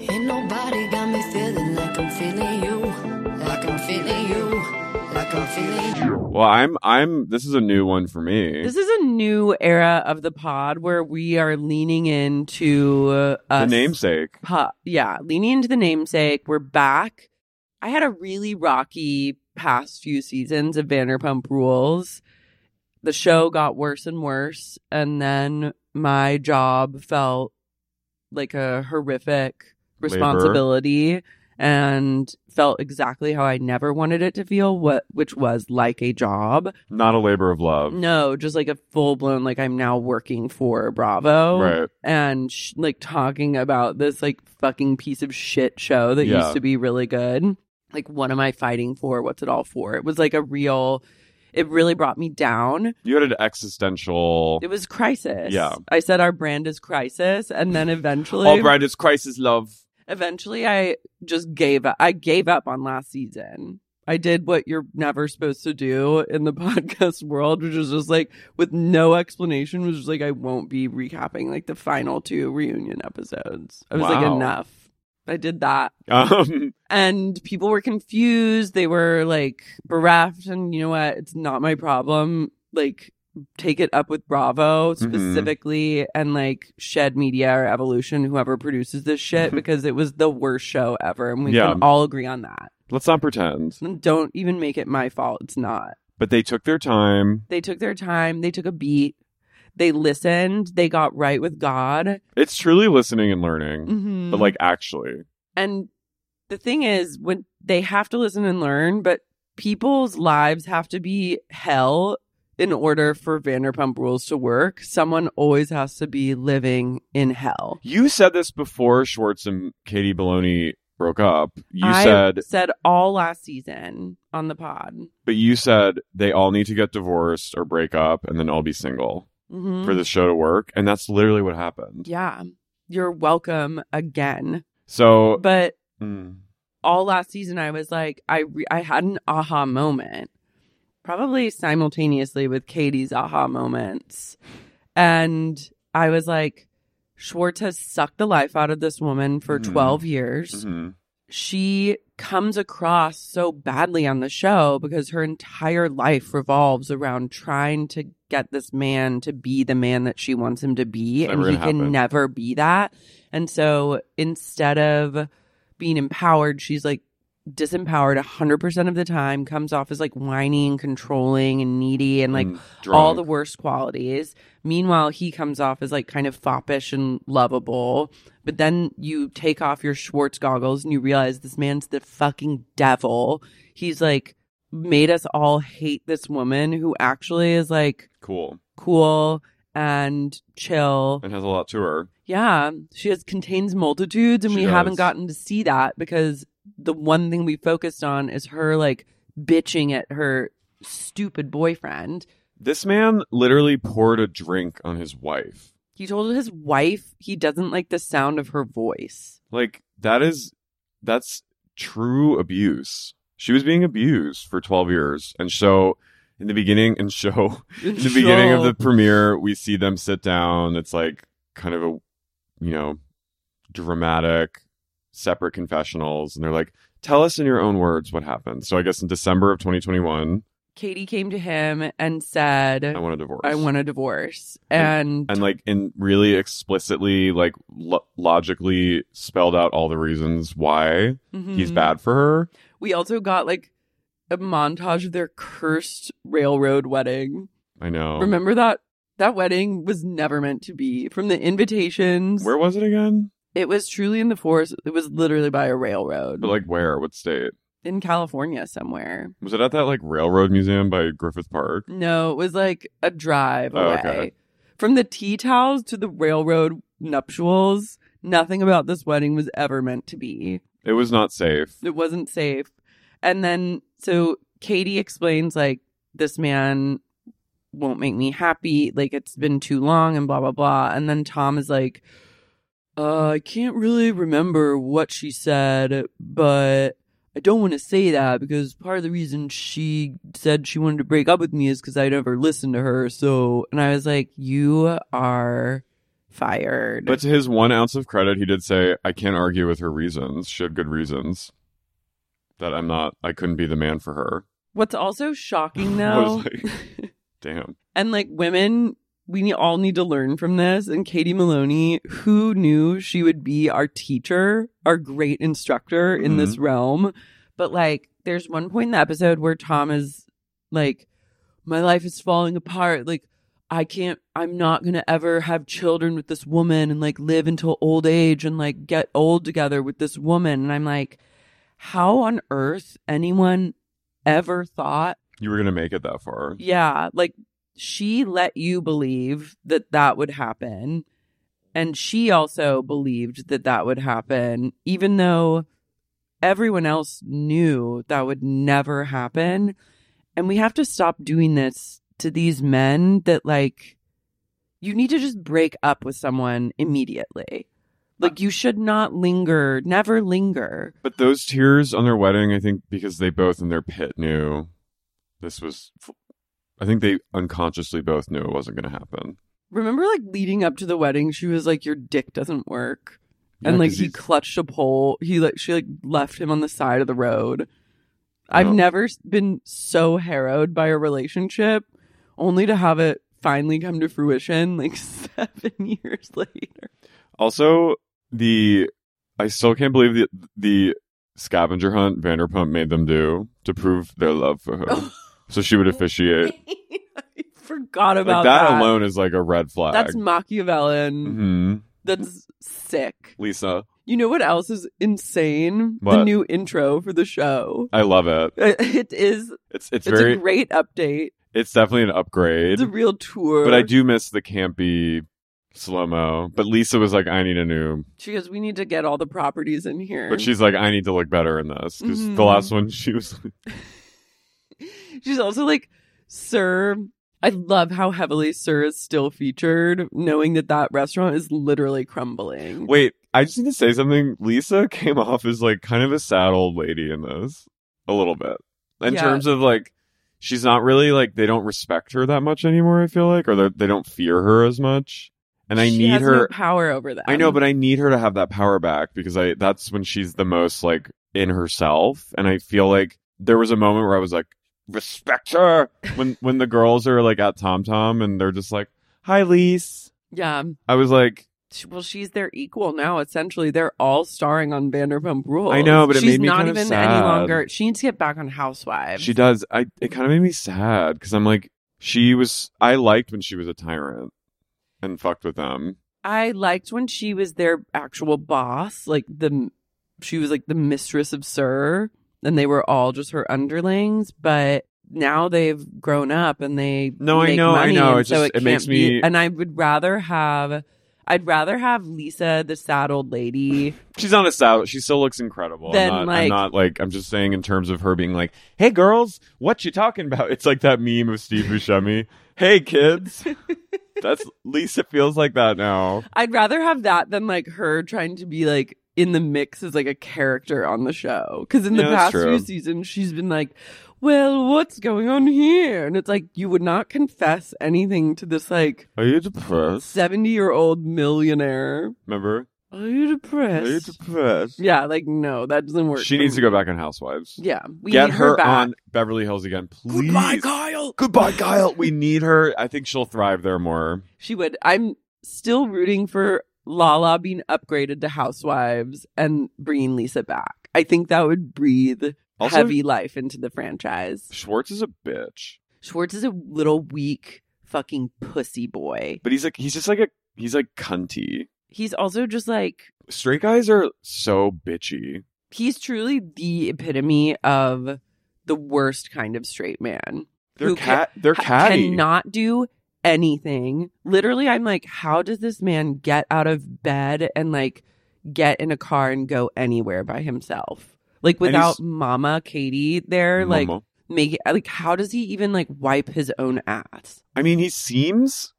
Speaker 7: Ain't nobody got me feeling like I'm feeling you, like I'm feeling you, like I'm feeling you.
Speaker 2: Well, I'm, I'm, this is a new one for me.
Speaker 6: This is a new era of the pod where we are leaning into uh,
Speaker 2: the
Speaker 6: us-
Speaker 2: namesake.
Speaker 6: Huh, yeah, leaning into the namesake. We're back. I had a really rocky past few seasons of Vanderpump Rules. The show got worse and worse, and then my job felt like a horrific responsibility and felt exactly how I never wanted it to feel, what which was like a job.
Speaker 2: Not a labor of love.
Speaker 6: No, just like a full blown like I'm now working for Bravo
Speaker 2: Right.
Speaker 6: and sh- like talking about this like fucking piece of shit show that
Speaker 2: Yeah.
Speaker 6: used to be really good. Like, what am I fighting for? What's it all for? It was like a real. It really brought me down.
Speaker 2: You had an existential.
Speaker 6: It was crisis.
Speaker 2: Yeah.
Speaker 6: I said our brand is crisis, and then eventually,
Speaker 2: All right, it's crisis love.
Speaker 6: eventually, I just gave up. I gave up on last season. I did what you're never supposed to do in the podcast world, which is just like with no explanation. Was just like I won't be recapping like the final two reunion episodes. I was like
Speaker 2: Wow.
Speaker 6: enough. I did that,
Speaker 2: Um,
Speaker 6: and people were confused. They were like bereft, and you know what? It's not my problem. Like take it up with Bravo
Speaker 2: Mm-hmm.
Speaker 6: specifically, and like Shed Media or Evolution, whoever produces this shit, because it was the worst show ever, and we
Speaker 2: Mm-hmm. Yeah.
Speaker 6: can all agree on that.
Speaker 2: let's not pretend.
Speaker 6: And Don't even make it my fault. It's not.
Speaker 2: But they took their time.
Speaker 6: They took their time. They took a beat. They listened. They got right with God.
Speaker 2: It's truly listening and learning,
Speaker 6: Mm-hmm.
Speaker 2: but like actually.
Speaker 6: and the thing is when they have to listen and learn, but people's lives have to be hell in order for Vanderpump Rules to work. Someone always has to be living in hell.
Speaker 2: You said this before Schwartz and Katie Baloney broke up. You
Speaker 6: I
Speaker 2: said,
Speaker 6: said all last season on the pod.
Speaker 2: but you said they all need to get divorced or break up and then all be single
Speaker 6: Mhm.
Speaker 2: for the show to work. And that's literally what happened.
Speaker 6: yeah, you're welcome again.
Speaker 2: So,
Speaker 6: But
Speaker 2: mm,
Speaker 6: all last season I was like I re- I had an aha moment probably simultaneously with Katie's aha moments and I was like Schwartz has sucked the life out of this woman for
Speaker 2: Mhm.
Speaker 6: 12 years
Speaker 2: mhm.
Speaker 6: she comes across so badly on the show because her entire life revolves around trying to get this man to be the man that she wants him to be
Speaker 2: It's
Speaker 6: and
Speaker 2: never
Speaker 6: he
Speaker 2: gonna happen.
Speaker 6: can never be that and so instead of being empowered she's like disempowered 100% of the time comes off as like whiny and controlling and needy and like
Speaker 2: And
Speaker 6: all
Speaker 2: drunk.
Speaker 6: the worst qualities. Meanwhile, he comes off as like kind of foppish and lovable. But then you take off your Schwartz goggles and you realize this man's the fucking devil. He's like made us all hate this woman who actually is like
Speaker 2: cool
Speaker 6: cool and chill.
Speaker 2: and has a lot to her.
Speaker 6: Yeah, she has contains multitudes, and
Speaker 2: She
Speaker 6: we haven't
Speaker 2: does.
Speaker 6: gotten to see that because the one thing we focused on is her like bitching at her stupid boyfriend.
Speaker 2: This man literally poured a drink on his wife.
Speaker 6: He told his wife he doesn't like the sound of her voice.
Speaker 2: Like that is that's true abuse. She was being abused for 12 years and so in the beginning and show in the beginning of the premiere we see them sit down it's like kind of a you know dramatic separate confessionals and they're like tell us in your own words what happened. So I guess in December of 2021
Speaker 6: Katie came to him and said,
Speaker 2: I want a divorce.
Speaker 6: "I want a divorce," and,
Speaker 2: and like in really explicitly like lo- logically spelled out all the reasons why he's
Speaker 6: Mhm.
Speaker 2: bad for her.
Speaker 6: We also got like a montage of their cursed railroad wedding.
Speaker 2: I know.
Speaker 6: Remember that that wedding was never meant to be. From the invitations,
Speaker 2: Where was it again?
Speaker 6: it was truly in the forest. It was literally by a railroad
Speaker 2: But like where? What state?
Speaker 6: in California somewhere.
Speaker 2: Was it at that like railroad museum by Griffith Park?
Speaker 6: No, it was like a drive
Speaker 2: Oh,
Speaker 6: away.
Speaker 2: okay.
Speaker 6: From the tea towels to the railroad nuptials, nothing about this wedding was ever meant to be.
Speaker 2: It was not safe.
Speaker 6: It wasn't safe. And then, so Katie explains, like, this man won't make me happy. Like, it's been too long and blah, blah, blah. And then Tom is like, uh, I can't really remember what she said, but I don't want to say that because part of the reason she said she wanted to break up with me is because I never listened to her. So, and I was like, you are fired.
Speaker 2: But to his one ounce of credit, he did say, "I can't argue with her reasons. She had good reasons that I'm not. I couldn't be the man for her."
Speaker 6: What's also shocking
Speaker 2: I
Speaker 6: though,
Speaker 2: was like, "Damn."
Speaker 6: and like women, we ne- all need to learn from this. And Katie Maloney, who knew she would be our teacher, our great instructor in this realm. But like, there's one point in the episode where Tom is like, my life is falling apart. Like, I can't, I'm not going to ever have children with this woman and like live until old age and like get old together with this woman. And I'm like, how on earth anyone ever thought
Speaker 2: You were gonna make it that far.
Speaker 6: yeah, like she let you believe that that would happen. And she also believed that that would happen, even though everyone else knew that would never happen. And we have to stop doing this to these men that, like, you need to just break up with someone immediately. Like, you should not linger, never linger.
Speaker 2: But those tears on their wedding, I think, because they both in their pit knew this was. I think they unconsciously both knew it wasn't going to happen.
Speaker 6: Remember, like leading up to the wedding, she was like, "Your dick doesn't work,"
Speaker 2: Yeah,
Speaker 6: and like
Speaker 2: 'cause
Speaker 6: he
Speaker 2: he's-
Speaker 6: clutched a pole. He like she like left him on the side of the road. I've
Speaker 2: Oh.
Speaker 6: never s- been so harrowed by a relationship, only to have it finally come to fruition like seven years later.
Speaker 2: Also, the I still can't believe the the scavenger hunt Vanderpump made them do to prove their love for her. so she would officiate.
Speaker 6: I forgot
Speaker 2: Like
Speaker 6: about
Speaker 2: that, uh, mm-hmm. alone is like a red flag.
Speaker 6: That's Machiavellian.
Speaker 2: hmm
Speaker 6: That's sick.
Speaker 2: Lisa.
Speaker 6: You know what else is insane? The
Speaker 2: What?
Speaker 6: new intro for the show. Uh,
Speaker 2: I love it.
Speaker 6: It is.
Speaker 2: It's it's,
Speaker 6: It's
Speaker 2: very
Speaker 6: a great update.
Speaker 2: it's definitely an upgrade.
Speaker 6: It's a real tour.
Speaker 2: but I do miss the campy slow mo. But Lisa was like, I need a new.
Speaker 6: She goes, "We need to get all the properties in here."
Speaker 2: But she's like, I need to look better in this because
Speaker 6: Mhm.
Speaker 2: the last one she was.
Speaker 6: She's also like, Sir, I love how heavily Sir is still featured, knowing that that restaurant is literally crumbling.
Speaker 2: Wait, I just need to say something. Lisa came off as like kind of a sad old lady in this a little bit in
Speaker 6: Yeah.
Speaker 2: terms of like. She's not really like they don't respect her that much anymore. I feel like, or they- they don't fear her as much. And I
Speaker 6: She
Speaker 2: need
Speaker 6: has
Speaker 2: her.
Speaker 6: no power over that.
Speaker 2: I know, but I need her to have that power back because I that's when she's the most like in herself. And I feel like there was a moment where I was like, respect her when when the girls are like at Tom Tom and they're just like, Hi Lise.
Speaker 6: yeah.
Speaker 2: I was like,
Speaker 6: She- Well, she's their equal now. Essentially, they're all starring on Vanderpump Rules.
Speaker 2: I know, but it
Speaker 6: she's
Speaker 2: made me
Speaker 6: not
Speaker 2: kind of
Speaker 6: even any
Speaker 2: sad.
Speaker 6: longer. She needs to get back on Housewives.
Speaker 2: she does. I it kind of made me sad because I'm like, she was I liked when she was a tyrant and fucked with them.
Speaker 6: I liked when she was their actual boss, like the she was like the mistress of Sir, and they were all just her underlings. But now they've grown up and they
Speaker 2: No, I
Speaker 6: make
Speaker 2: know, I
Speaker 6: money,
Speaker 2: know.
Speaker 6: and
Speaker 2: It
Speaker 6: so
Speaker 2: just-
Speaker 6: it,
Speaker 2: it makes
Speaker 6: can't be-
Speaker 2: me-
Speaker 6: And I would rather have, I'd rather have Lisa, the sad old lady.
Speaker 2: She's not a stout. She still looks incredible.
Speaker 6: Then,
Speaker 2: I'm, not,
Speaker 6: like-
Speaker 2: I'm not like I'm just saying in terms of her being like, "Hey girls, what you talking about?" It's like that meme of Steve Buscemi. hey kids, that's Lisa feels like that now.
Speaker 6: I'd rather have that than like her trying to be like in the mix as like a character on the show. Because in the
Speaker 2: Yeah, that's
Speaker 6: past few
Speaker 2: true.
Speaker 6: seasons, she's been like, "Well, what's going on here?" And it's like you would not confess anything to this like
Speaker 2: Are you depressed?
Speaker 6: seventy-year-old millionaire.
Speaker 2: Remember?
Speaker 6: Are you depressed?
Speaker 2: Are you depressed?
Speaker 6: yeah, like no, that doesn't work.
Speaker 2: She needs to go back on Housewives.
Speaker 6: Yeah, we
Speaker 2: Get
Speaker 6: need
Speaker 2: her,
Speaker 6: back.
Speaker 2: on Beverly Hills again, please.
Speaker 6: Goodbye, Kyle.
Speaker 2: Goodbye, Kyle. We need her. I think she'll thrive there more.
Speaker 6: She would. I'm still rooting for Lala being upgraded to Housewives and bringing Lisa back. I think that would breathe
Speaker 2: Also-
Speaker 6: heavy life into the franchise.
Speaker 2: Schwartz is a bitch,
Speaker 6: Schwartz is a little weak fucking pussy boy.
Speaker 2: but he's like he's just like a he's like cunty.
Speaker 6: He's also just like
Speaker 2: Straight guys are so bitchy.
Speaker 6: he's truly the epitome of the worst kind of straight man.
Speaker 2: They're
Speaker 6: who
Speaker 2: cat. they're
Speaker 6: ca-
Speaker 2: catty.
Speaker 6: Cannot do anything. Literally, I'm like, how does this man get out of bed and like get in a car and go anywhere by himself? Like
Speaker 2: And
Speaker 6: without
Speaker 2: he's-
Speaker 6: Mama Katie there, like
Speaker 2: Momo.
Speaker 6: make like how does he even like wipe his own ass?
Speaker 2: I mean, he seems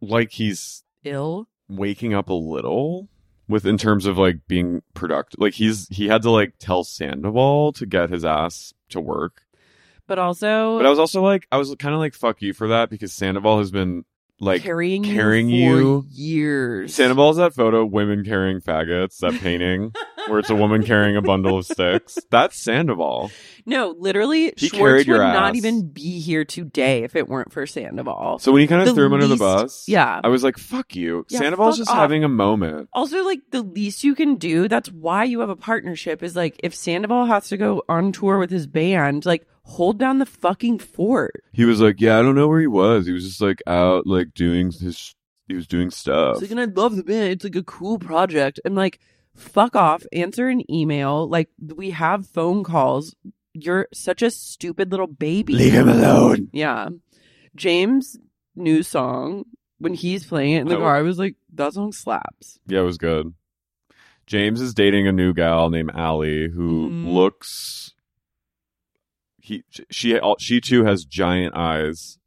Speaker 2: like he's
Speaker 6: Ill.
Speaker 2: waking up a little with in terms of like being productive. Like he's he had to like tell Sandoval to get his ass to work.
Speaker 6: But also
Speaker 2: But I was also like, I was kind of like, fuck you for that because Sandoval has been like
Speaker 6: carrying,
Speaker 2: carrying
Speaker 6: you
Speaker 2: you-
Speaker 6: for years.
Speaker 2: Sandoval's that photo, women carrying faggots, that painting where it's a woman carrying a bundle of sticks. That's Sandoval.
Speaker 6: No, literally
Speaker 2: He
Speaker 6: Schwartz
Speaker 2: carried
Speaker 6: would
Speaker 2: your
Speaker 6: not
Speaker 2: ass.
Speaker 6: even be here today if it weren't for Sandoval.
Speaker 2: So when he kind
Speaker 6: The
Speaker 2: of threw him under the
Speaker 6: least-
Speaker 2: bus,
Speaker 6: yeah.
Speaker 2: I was like, fuck you.
Speaker 6: Yeah,
Speaker 2: Sandoval's
Speaker 6: fuck
Speaker 2: just
Speaker 6: off.
Speaker 2: having a moment.
Speaker 6: also like the least you can do that's why you have a partnership is like if sandoval has to go on tour with his band like hold down the fucking fort
Speaker 2: he was like, yeah, I don't know where he was. He was just like out, like doing his, he was doing stuff.
Speaker 6: it's like and i love the band it's like a cool project and like fuck off answer an email like we have phone calls you're such a stupid little baby
Speaker 2: alone.
Speaker 6: yeah james new song when he's playing it in the
Speaker 2: I
Speaker 6: car i was like that song slaps
Speaker 2: Yeah, it was good. James is dating a new gal named Allie who
Speaker 6: Mhm.
Speaker 2: looks. He she she too has giant eyes,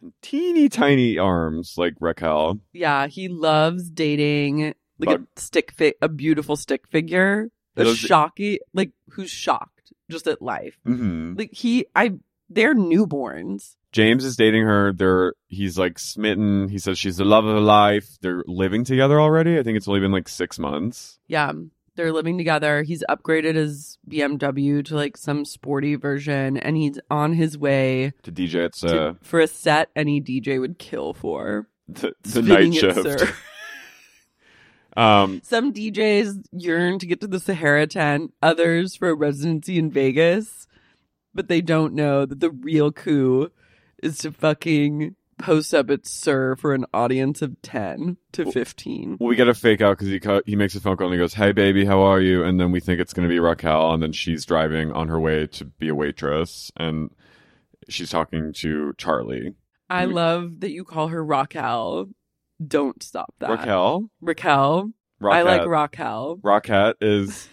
Speaker 2: and teeny tiny arms like Raquel.
Speaker 6: Yeah, he loves dating like
Speaker 2: Bug.
Speaker 6: a stick fi- a beautiful stick figure.
Speaker 2: He
Speaker 6: A
Speaker 2: loves-
Speaker 6: shocky like who's shocked just at life.
Speaker 2: Mm-hmm.
Speaker 6: Like he I they're newborns.
Speaker 2: James is dating her. They're he's like smitten. He says she's the love of her life. They're living together already. I think it's only been like six months.
Speaker 6: Yeah. um, They're living together. He's upgraded his BMW to like some sporty version and he's on his way
Speaker 2: to DJ. It's
Speaker 6: to-
Speaker 2: uh,
Speaker 6: for a set any DJ would kill for.
Speaker 2: the, the
Speaker 6: Spinning
Speaker 2: night
Speaker 6: it,
Speaker 2: shift.
Speaker 6: sir.
Speaker 2: Um,
Speaker 6: Some DJs yearn to get to the Sahara tent, others for a residency in Vegas, but they don't know that the real coup is to fucking posts up at Sir for an audience of 10 to 15.
Speaker 2: Well, we get a fake out because he co- he makes a phone call and he goes, "Hey, baby, how are you?" And then we think it's going to be Raquel, and then she's driving on her way to be a waitress, and she's talking to Charlie.
Speaker 6: I love that you call her Raquel. Don't stop that.
Speaker 2: Raquel,
Speaker 6: Raquel. I
Speaker 2: Rockette.
Speaker 6: like Raquel.
Speaker 2: Rockette is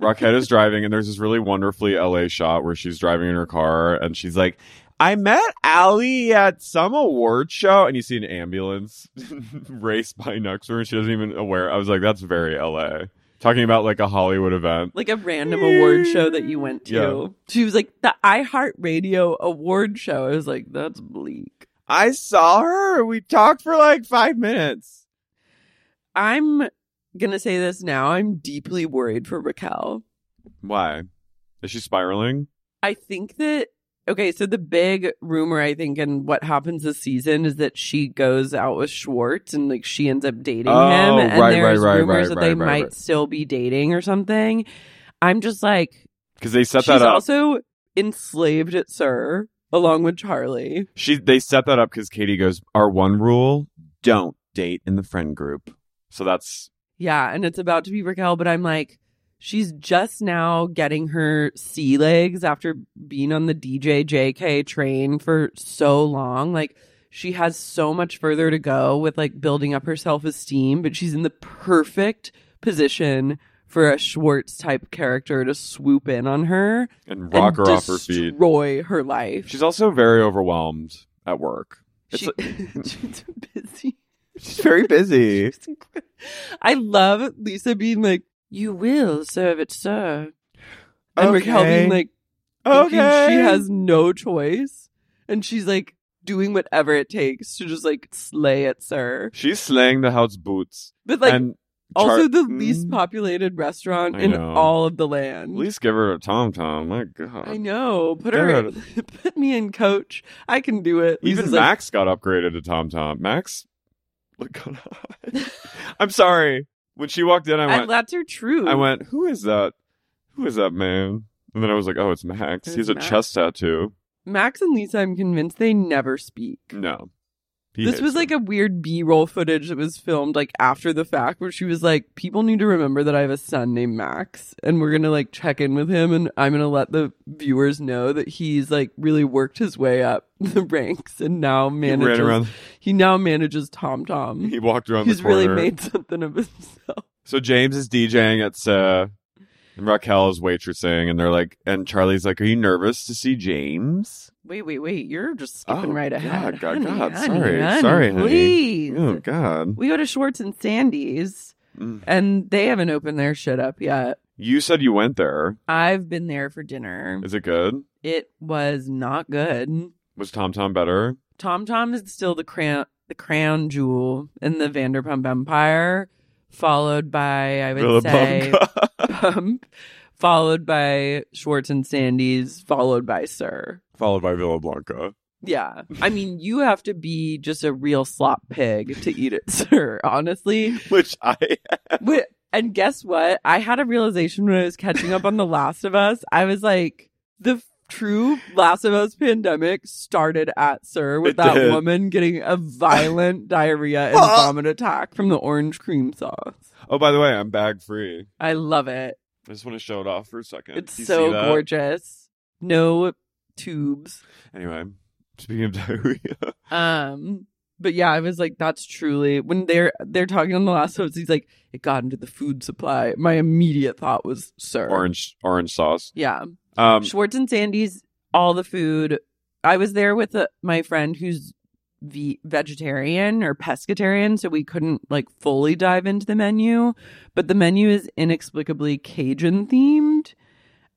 Speaker 2: Rockette is driving, and there's this really wonderfully LA shot where she's driving in her car, and she's like, "I met Allie at some award show," and you see an ambulance race by next to her, and she doesn't even aware. I was like, "That's very LA." Talking about like a Hollywood event.
Speaker 6: Like a random award show that you went to.
Speaker 2: Yeah.
Speaker 6: She was like, the iHeartRadio award show. I was like, that's bleak.
Speaker 2: I saw her. We talked for like five minutes.
Speaker 6: I'm going to say this now. I'm deeply worried for Raquel.
Speaker 2: Why? Is she spiraling?
Speaker 6: I think that okay, so the big rumor I think and what happens this season is that she goes out with Schwartz and like she ends up dating
Speaker 2: Oh,
Speaker 6: him and
Speaker 2: right,
Speaker 6: there's
Speaker 2: right, right, right,
Speaker 6: rumors that
Speaker 2: right,
Speaker 6: they
Speaker 2: right,
Speaker 6: might
Speaker 2: right.
Speaker 6: still be dating or something. I'm just like
Speaker 2: Because they set
Speaker 6: she's
Speaker 2: that up.
Speaker 6: also enslaved at Sir along with Charlie.
Speaker 2: she they set that up because Katie goes, "Our one rule: don't date in the friend group." So that's
Speaker 6: Yeah, and it's about to be Raquel, but I'm like She's just now getting her sea legs after being on the DJ JK train for so long. Like she has so much further to go with like building up her self-esteem, but she's in the perfect position for a Schwartz type character to swoop in on her
Speaker 2: and rock
Speaker 6: and
Speaker 2: her off her feet.
Speaker 6: Destroy her life.
Speaker 2: She's also very overwhelmed at work. It's
Speaker 6: She- she's busy.
Speaker 2: She's very busy.
Speaker 6: It's incre- I love Lisa being like, "You will serve it, sir," and Raquel
Speaker 2: Okay.
Speaker 6: being like, thinking
Speaker 2: okay,
Speaker 6: she has no choice, and she's like doing whatever it takes to just like slay at sir.
Speaker 2: She's slaying the house boots.
Speaker 6: But like
Speaker 2: and
Speaker 6: also
Speaker 2: Char-
Speaker 6: the least
Speaker 2: Mm.
Speaker 6: populated restaurant
Speaker 2: I
Speaker 6: in
Speaker 2: know.
Speaker 6: all of the land.
Speaker 2: At least give her a tom tom. My God.
Speaker 6: I know. Put her, put me in, coach. I can do it.
Speaker 2: Even
Speaker 6: Lisa's like,
Speaker 2: Max got upgraded to Tom Tom. Max, look good. I'm sorry. When she walked in, I
Speaker 6: I-
Speaker 2: went.
Speaker 6: that's her truth.
Speaker 2: I went. Who is that? Who is that man? And then I was like, oh, it's Max.
Speaker 6: It's
Speaker 2: He has a
Speaker 6: Max.
Speaker 2: chest tattoo.
Speaker 6: Max and Lisa. I'm convinced they never speak.
Speaker 2: No. He
Speaker 6: this
Speaker 2: hates
Speaker 6: was
Speaker 2: him.
Speaker 6: like a weird b-roll footage that was filmed like after the fact where she was like people need to remember that i have a son named max and we're gonna like check in with him and i'm gonna let the viewers know that he's like really worked his way up the ranks and now
Speaker 2: He
Speaker 6: manages
Speaker 2: ran around.
Speaker 6: he now manages tom tom
Speaker 2: He walked around
Speaker 6: he's
Speaker 2: the corner.
Speaker 6: really made something of himself
Speaker 2: So James is DJing at uh, and Raquel is waitressing, and they're like, and Charlie's like, are you nervous to see James?
Speaker 6: wait wait wait you're just skipping
Speaker 2: Oh,
Speaker 6: right
Speaker 2: God,
Speaker 6: ahead
Speaker 2: God,
Speaker 6: Honey,
Speaker 2: God,
Speaker 6: honey,
Speaker 2: sorry,
Speaker 6: honey,
Speaker 2: sorry, honey.
Speaker 6: please
Speaker 2: Oh God.
Speaker 6: we go to schwartz and sandy's
Speaker 2: Mm.
Speaker 6: and they haven't opened their shit up yet
Speaker 2: You said you went there.
Speaker 6: I've been there for dinner.
Speaker 2: Is it good?
Speaker 6: It was not good.
Speaker 2: Was Tom Tom better?
Speaker 6: Tom Tom is still the crown, the crown jewel in the Vanderpump Empire, followed by I would
Speaker 2: Vanderpump.
Speaker 6: say Pump, followed by Schwartz and Sandy's, followed by Sir.
Speaker 2: Followed by Villa Blanca.
Speaker 6: Yeah, I mean you have to be just a real slop pig to eat it, Sir. Honestly,
Speaker 2: Which I
Speaker 6: Wait, and guess what? I had a realization when I was catching up on The Last of Us. I was like, the f- true Last of Us pandemic started at Sir with
Speaker 2: It
Speaker 6: that
Speaker 2: did.
Speaker 6: woman getting a violent diarrhea and vomit attack from the orange cream sauce.
Speaker 2: Oh, by the way, I'm bag free.
Speaker 6: I love it.
Speaker 2: I just want to show it off for a second.
Speaker 6: It's
Speaker 2: You
Speaker 6: so
Speaker 2: see that?
Speaker 6: gorgeous. No tubes.
Speaker 2: Anyway, speaking of diarrhea,
Speaker 6: Um, but yeah, I was like, that's truly when they're they're talking on the last of Us. He's like, it got into the food supply. My immediate thought was, sir,
Speaker 2: orange orange sauce.
Speaker 6: yeah.
Speaker 2: Um,
Speaker 6: Schwartz and Sandy's all the food. I was there with uh my friend who's ve- vegetarian or pescatarian, so we couldn't like fully dive into the menu. But the menu is inexplicably Cajun themed,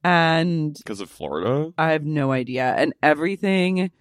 Speaker 6: and
Speaker 2: because of Florida.
Speaker 6: I have no idea. And everything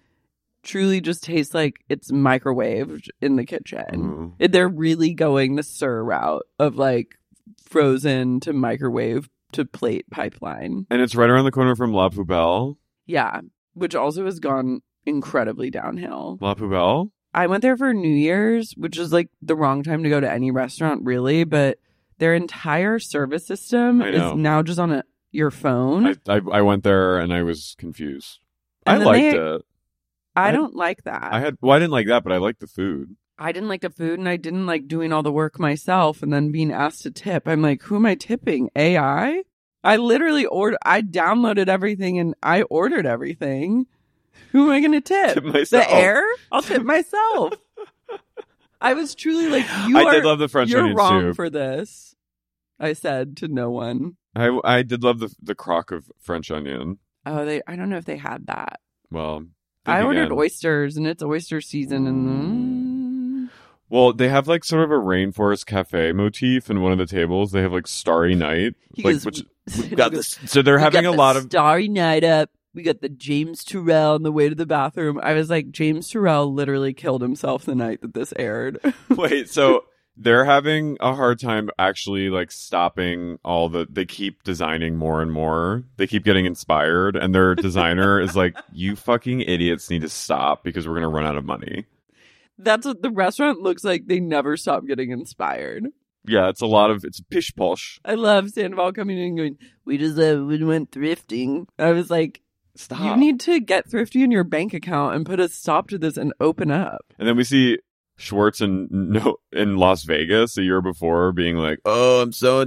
Speaker 6: truly just tastes like it's microwaved in the kitchen.
Speaker 2: Mm.
Speaker 6: It- They're really going the sir route of like frozen to microwave to plate pipeline.
Speaker 2: And it's right around the corner from La Poubelle.
Speaker 6: Yeah, which also has gone incredibly downhill.
Speaker 2: La Poubelle.
Speaker 6: I went there for New Year's, which is like the wrong time to go to any restaurant, really, but their entire service system
Speaker 2: I
Speaker 6: is
Speaker 2: know.
Speaker 6: now just on a, your phone.
Speaker 2: I, I I went there and I was confused.
Speaker 6: Mm-hmm. And
Speaker 2: I
Speaker 6: then
Speaker 2: liked
Speaker 6: they-
Speaker 2: it.
Speaker 6: I
Speaker 2: I-
Speaker 6: don't like that.
Speaker 2: I had. Well, I didn't like that, but I liked the food.
Speaker 6: I didn't like the food and I didn't like doing all the work myself and then being asked to tip. I'm like, who am I tipping? AI? I literally ordered, I downloaded everything and I ordered everything. Who am I going to tip?
Speaker 2: Tip myself.
Speaker 6: The air? I'll tip myself. I was truly like, you
Speaker 2: I
Speaker 6: are,
Speaker 2: did love the French
Speaker 6: you're
Speaker 2: onion
Speaker 6: wrong
Speaker 2: soup.
Speaker 6: for this. I said to no one.
Speaker 2: I I did love the the crock of French onion.
Speaker 6: Oh, they, I don't know if they had that.
Speaker 2: Well,
Speaker 6: I
Speaker 2: think
Speaker 6: ordered
Speaker 2: again.
Speaker 6: oysters and it's oyster season and mm,
Speaker 2: Well, they have like sort of a rainforest cafe motif in one of the tables. They have like Starry Night,
Speaker 6: He
Speaker 2: like
Speaker 6: goes-
Speaker 2: which
Speaker 6: we
Speaker 2: got this. So they're
Speaker 6: We
Speaker 2: having
Speaker 6: got
Speaker 2: a
Speaker 6: the
Speaker 2: lot of
Speaker 6: Starry Night up. We got the James Terrell on the way to the bathroom. I was like, James Terrell literally killed himself the night that this aired.
Speaker 2: Wait, so they're having a hard time actually like stopping all the they keep designing more and more. They keep getting inspired and their designer is like, "You fucking idiots need to stop because we're going to run out of money."
Speaker 6: That's what the restaurant looks like. They never stop getting inspired.
Speaker 2: Yeah, it's a lot of it's pish posh.
Speaker 6: I love Sandoval coming in and going, "We just uh, we went thrifting." I was like,
Speaker 2: Stop.
Speaker 6: "You need to get thrifty in your bank account and put a stop to this and open up."
Speaker 2: and then we see Schwartz in no in Las Vegas a year before being like, "Oh, I'm so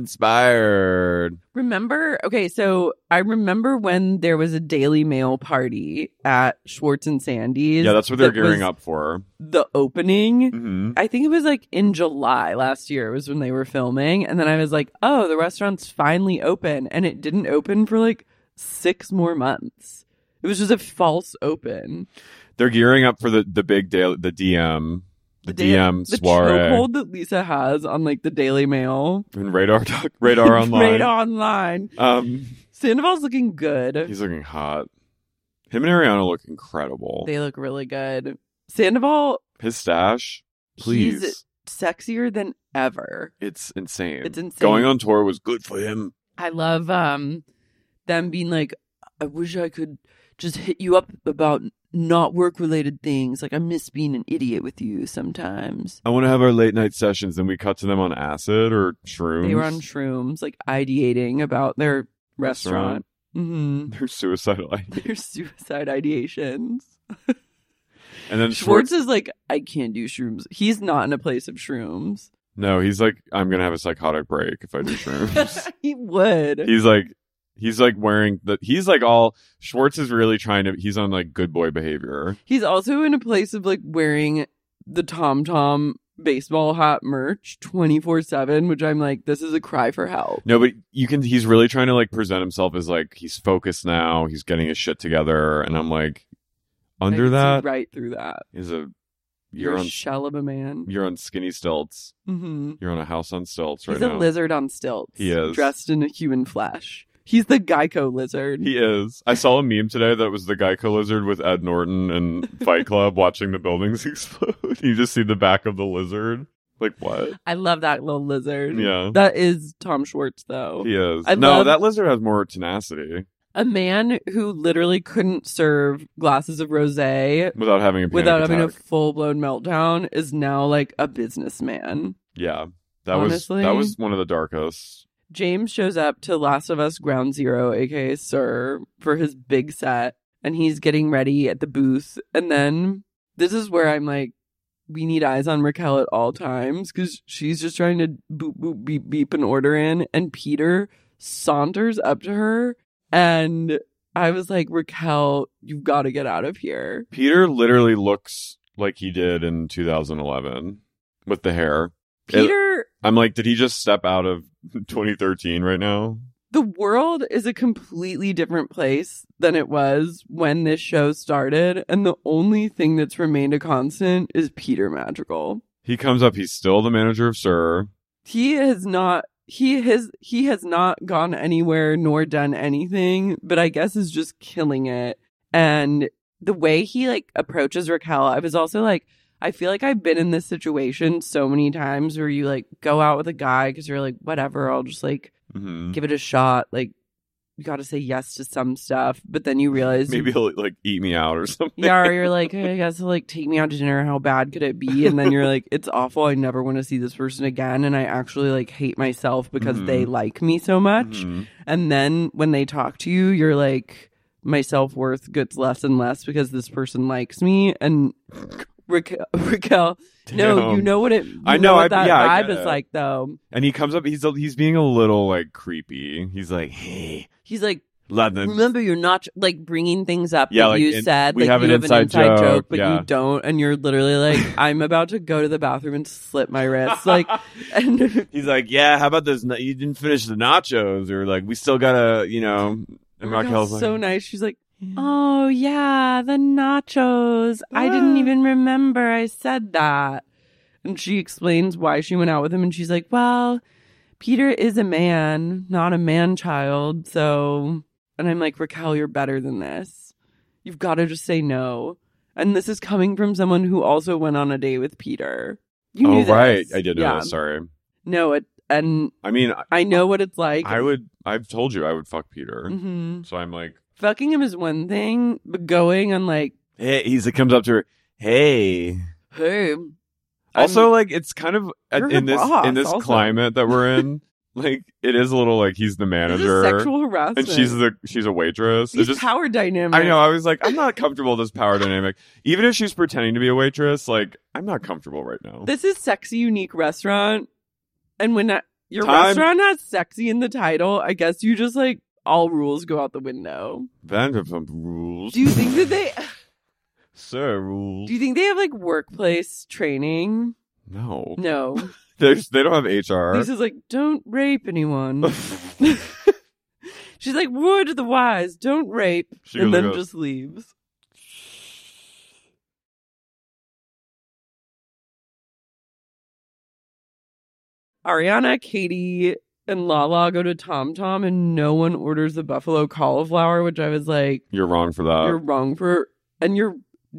Speaker 2: inspired."
Speaker 6: Remember, okay, so I remember when there was a Daily Mail party at Schwartz and Sandy's.
Speaker 2: yeah, that's what they're
Speaker 6: that
Speaker 2: gearing
Speaker 6: was
Speaker 2: up for.
Speaker 6: The opening.
Speaker 3: Mm-hmm.
Speaker 2: Mhm.
Speaker 6: I think it was like in July last year was when they were filming. And then I was like, oh, the restaurant's finally open. And it didn't open for like six more months. It was just a false open.
Speaker 2: They're gearing up for the the big day the DM the,
Speaker 6: day-
Speaker 2: DM
Speaker 6: The
Speaker 2: soiree.
Speaker 6: chokehold that Lisa has on like the Daily Mail.
Speaker 2: and radar doc, radar online.
Speaker 6: Right online.
Speaker 2: Um,
Speaker 6: Sandoval's looking good.
Speaker 2: he's looking hot. Him and Ariana look incredible.
Speaker 6: They look really good. Sandoval,
Speaker 2: His stash, please,
Speaker 6: he's sexier than ever.
Speaker 2: it's insane.
Speaker 6: It's insane.
Speaker 2: Going on tour was good for him.
Speaker 6: I love um them being like, I wish I could just hit you up about not work related things. Like I miss being an idiot with you sometimes.
Speaker 2: I want to have our late night sessions, and we cut to them on acid or shrooms.
Speaker 6: They were on shrooms, like ideating about their restaurant. Mm-hmm.
Speaker 2: They're suicidal. ideas.
Speaker 6: Their suicide ideations.
Speaker 2: And then
Speaker 6: Schwartz
Speaker 2: Schwartz.
Speaker 6: is like, I can't do shrooms. He's not in a place of shrooms.
Speaker 2: No, he's like, I'm gonna have a psychotic break if I do shrooms.
Speaker 6: he would.
Speaker 2: he's like. He's like wearing the. He's like all. Schwartz is really trying to. He's on like good boy behavior.
Speaker 6: He's also in a place of like wearing the Tom Tom baseball hat merch 24 7, which I'm like, this is a cry for help.
Speaker 2: No, but you can. He's really trying to like present himself as like he's focused now. He's getting his shit together, and I'm like,
Speaker 6: I
Speaker 2: under
Speaker 6: can see
Speaker 2: that
Speaker 6: right through that.
Speaker 2: is a
Speaker 6: You're,
Speaker 2: you're
Speaker 6: a
Speaker 2: on
Speaker 6: shell of a man.
Speaker 2: you're on skinny stilts.
Speaker 6: hmm
Speaker 2: You're on a house on stilts right
Speaker 6: He's
Speaker 2: now.
Speaker 6: a lizard on stilts.
Speaker 2: He is.
Speaker 6: Dressed in a human flesh. He's the Geico lizard.
Speaker 2: He is. I saw a meme today that was the Geico lizard with Ed Norton and Fight Club watching the buildings explode. you just see the back of the lizard. Like what?
Speaker 6: I love that little lizard.
Speaker 2: Yeah.
Speaker 6: That is Tom Schwartz, though.
Speaker 2: He is.
Speaker 6: Oh. I
Speaker 2: no,
Speaker 6: love-
Speaker 2: that lizard has more tenacity
Speaker 6: A man who literally couldn't serve glasses of rose
Speaker 2: without having a panic
Speaker 6: without having a
Speaker 2: attack.
Speaker 6: full blown meltdown is now like a businessman.
Speaker 2: yeah. That
Speaker 6: Honestly.
Speaker 2: was that was one of the darkest.
Speaker 6: James shows up to Last of Us Ground Zero, aka Sir, for his big set, and he's getting ready at the booth. And then this is where I'm like, we need eyes on Raquel at all times because she's just trying to boop, boop, beep, beep an order in. And Peter saunters up to her. And I was like, Raquel, you've got to get out of here.
Speaker 2: Peter literally looks like he did in 2011 with the hair. It-
Speaker 6: Peter,
Speaker 2: I'm like, did he just step out of 2013 right now?
Speaker 6: the world is a completely different place than it was when this show started. And the only thing that's remained a constant is Peter Madrigal.
Speaker 2: He comes up. He's still the manager of Sir.
Speaker 6: He has not. He has he has not gone anywhere nor done anything, but I guess is just killing it. And the way he like approaches Raquel, I was also like, I feel like I've been in this situation so many times where you like go out with a guy because you're like, whatever, I'll just like
Speaker 2: hmm
Speaker 6: give it a shot. Like, you got to say yes to some stuff, but then you realize,
Speaker 2: Maybe he'll like eat me out or something.
Speaker 6: yeah, or you're like, "Hey, I guess he'll, like take me out to dinner. How bad could it be? And then you're like, it's awful. I never want to see this person again. And I actually like hate myself because
Speaker 2: Mhm.
Speaker 6: they like me so much.
Speaker 2: Mhm.
Speaker 6: And then when they talk to you, you're like, my self worth gets less and less because this person likes me. And Raquel, Raquel no,
Speaker 2: Damn.
Speaker 6: you know what it.
Speaker 2: I
Speaker 6: you
Speaker 2: know,
Speaker 6: what
Speaker 2: I-
Speaker 6: that
Speaker 2: yeah, I
Speaker 6: vibe
Speaker 2: get
Speaker 6: is
Speaker 2: it.
Speaker 6: like though.
Speaker 2: And he comes up. He's he's being a little like creepy. He's like, "Hey,
Speaker 6: He's like,
Speaker 2: London."
Speaker 6: remember, you're not like bringing things up
Speaker 2: Yeah,
Speaker 6: that
Speaker 2: like,
Speaker 6: you
Speaker 2: and
Speaker 6: said.
Speaker 2: we
Speaker 6: like
Speaker 2: have
Speaker 6: you
Speaker 2: an
Speaker 6: have
Speaker 2: inside
Speaker 6: an inside joke,
Speaker 2: joke,
Speaker 6: but
Speaker 2: yeah.
Speaker 6: you don't, and you're literally like, I'm about to go to the bathroom and slip my wrist, like, and
Speaker 2: He's like, "Yeah, how about those? na- You didn't finish the nachos, or like, we still gotta, you know." And Raquel's
Speaker 6: Raquel's
Speaker 2: like,
Speaker 6: so nice. She's like, "Oh yeah, the nachos. I didn't even remember I said that." And she explains why she went out with him, and she's like, "Well, Peter is a man, not a man child." So, and I'm like, Raquel, you're better than this. You've got to just say no. And this is coming from someone who also went on a date with Peter. You
Speaker 2: "Oh
Speaker 6: knew this.
Speaker 2: right, I did know
Speaker 6: Yeah.
Speaker 2: that. Sorry.
Speaker 6: No, it, and
Speaker 2: I mean, I,
Speaker 6: I know what it's like.
Speaker 2: I would. I've told you I would fuck Peter.
Speaker 6: Mhm.
Speaker 2: So I'm like,
Speaker 6: Fucking him is one thing, but going and like,
Speaker 2: hey, he's it comes up to her, hey.
Speaker 6: hey,
Speaker 2: Also, like, it's kind of at-
Speaker 6: You're her
Speaker 2: in this
Speaker 6: boss,
Speaker 2: in this
Speaker 6: also.
Speaker 2: climate that we're in. like, it is a little like he's the
Speaker 6: this is
Speaker 2: manager,
Speaker 6: sexual
Speaker 2: and
Speaker 6: harassment.
Speaker 2: she's the she's a waitress. It
Speaker 6: These
Speaker 2: just-
Speaker 6: power dynamics.
Speaker 2: I know. I was like, I'm not comfortable with this power dynamic. Even if she's pretending to be a waitress, like, I'm not comfortable right now.
Speaker 6: This is sexy, unique restaurant, and when that, your
Speaker 2: Time.
Speaker 6: restaurant has sexy in the title, I guess you just like all rules go out the window.
Speaker 2: Vanderpump rules.
Speaker 6: Do you think that they?
Speaker 2: Sir rules.
Speaker 6: Do you think they have like workplace training?
Speaker 2: no.
Speaker 6: No,
Speaker 2: There's, they don't have HR.
Speaker 6: Lisa's like, don't rape anyone. She's like, word of the wise, don't rape,
Speaker 2: She
Speaker 6: and
Speaker 2: goes,
Speaker 6: then
Speaker 2: like,
Speaker 6: just leaves. Ariana, Katie, and Lala go to Tom Tom, and no one orders the buffalo cauliflower, which I was like,
Speaker 2: You're wrong for that.
Speaker 6: you're wrong for, and you're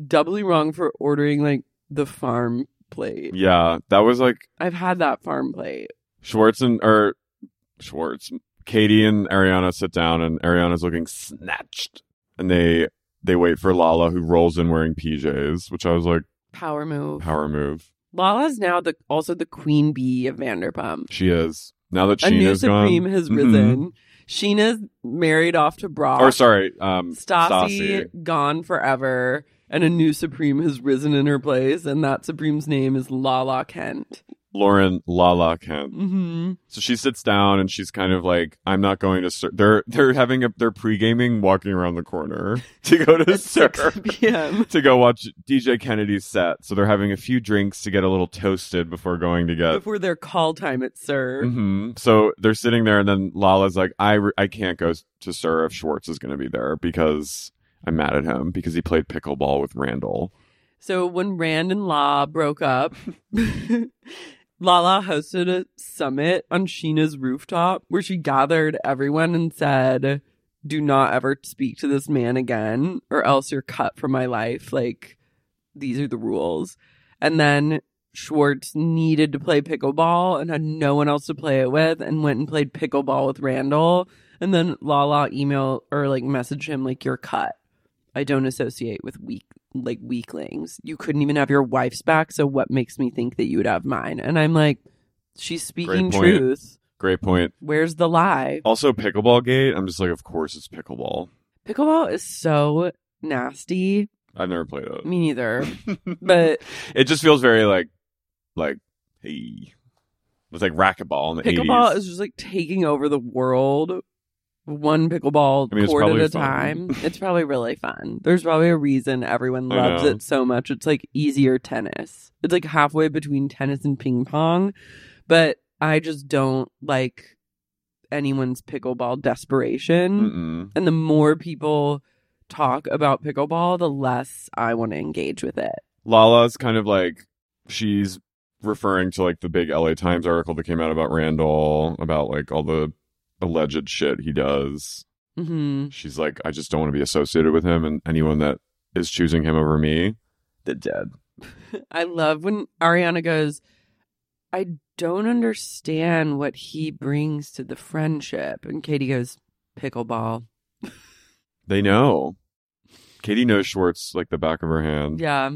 Speaker 6: doubly wrong for ordering like the farm plate.
Speaker 2: Yeah, that was like
Speaker 6: I've had that farm plate.
Speaker 2: Schwartz and or Schwartz, Katie and Ariana sit down, and Ariana's looking snatched, and they they wait for Lala, who rolls in wearing PJs, which I was like,
Speaker 6: Power move.
Speaker 2: power move.
Speaker 6: Lala's now the also the queen bee of Vanderpump.
Speaker 2: She is now that
Speaker 6: a new
Speaker 2: Sheena's gone.
Speaker 6: supreme has
Speaker 2: Mhm.
Speaker 6: risen. Sheena's married off to Brock.
Speaker 2: Or sorry, um,
Speaker 6: Stassi,
Speaker 2: Stassi.
Speaker 6: gone forever, and a new supreme has risen in her place, and that supreme's name is Lala Kent.
Speaker 2: Lauren Lala Kent.
Speaker 6: hmm
Speaker 2: So she sits down and she's kind of like, "I'm not going to." Ser-. They're they're having a they're pre gaming, walking around the corner to go to serve.
Speaker 6: 6 p.m.
Speaker 2: to go watch DJ Kennedy's set. So they're having a few drinks to get a little toasted before going to get.
Speaker 6: before their call time at Sir.
Speaker 2: hmm So they're sitting there, and then Lala's like, "I re- I can't go s- to Sir if Schwartz is going to be there because I'm mad at him because he played pickleball with Randall."
Speaker 6: So when Rand and La broke up, Lala hosted a summit on Sheena's rooftop where she gathered everyone and said, Do not ever speak to this man again, or else you're cut from my life. Like, these are the rules. And then Schwartz needed to play pickleball and had no one else to play it with and went and played pickleball with Randall. And then Lala email or like message him like you're cut. I don't associate with weak like weaklings. You couldn't even have your wife's back, so what makes me think that you would have mine? And I'm like, she's speaking
Speaker 2: Great point.
Speaker 6: truth.
Speaker 2: Great point.
Speaker 6: Where's the lie?
Speaker 2: Also, pickleball gate. I'm just like, of course it's pickleball.
Speaker 6: Pickleball is so nasty.
Speaker 2: I've never played it.
Speaker 6: Me neither. but
Speaker 2: It just feels very like, like, hey, it's like racquetball in the
Speaker 6: pickleball
Speaker 2: 80s.
Speaker 6: is just like taking over the world one pickleball
Speaker 2: I mean, it's
Speaker 6: court at
Speaker 2: probably
Speaker 6: a
Speaker 2: fun.
Speaker 6: time it's probably really fun there's probably a reason everyone
Speaker 2: I
Speaker 6: loves
Speaker 2: know.
Speaker 6: it so much it's like easier tennis it's like halfway between tennis and ping pong but i just don't like anyone's pickleball desperation
Speaker 2: Mm-mm.
Speaker 6: and the more people talk about pickleball the less i want to engage with it
Speaker 2: Lala's kind of like she's referring to like the big LA Times article that came out about Randall about like all the alleged shit he does.
Speaker 6: hmm
Speaker 2: She's like, I just don't want to be associated with him and anyone that is choosing him over me, they're dead.
Speaker 6: I love when Ariana goes, I don't understand what he brings to the friendship. And Katie goes, pickleball.
Speaker 2: They know. Katie knows Schwartz like the back of her hand.
Speaker 6: Yeah.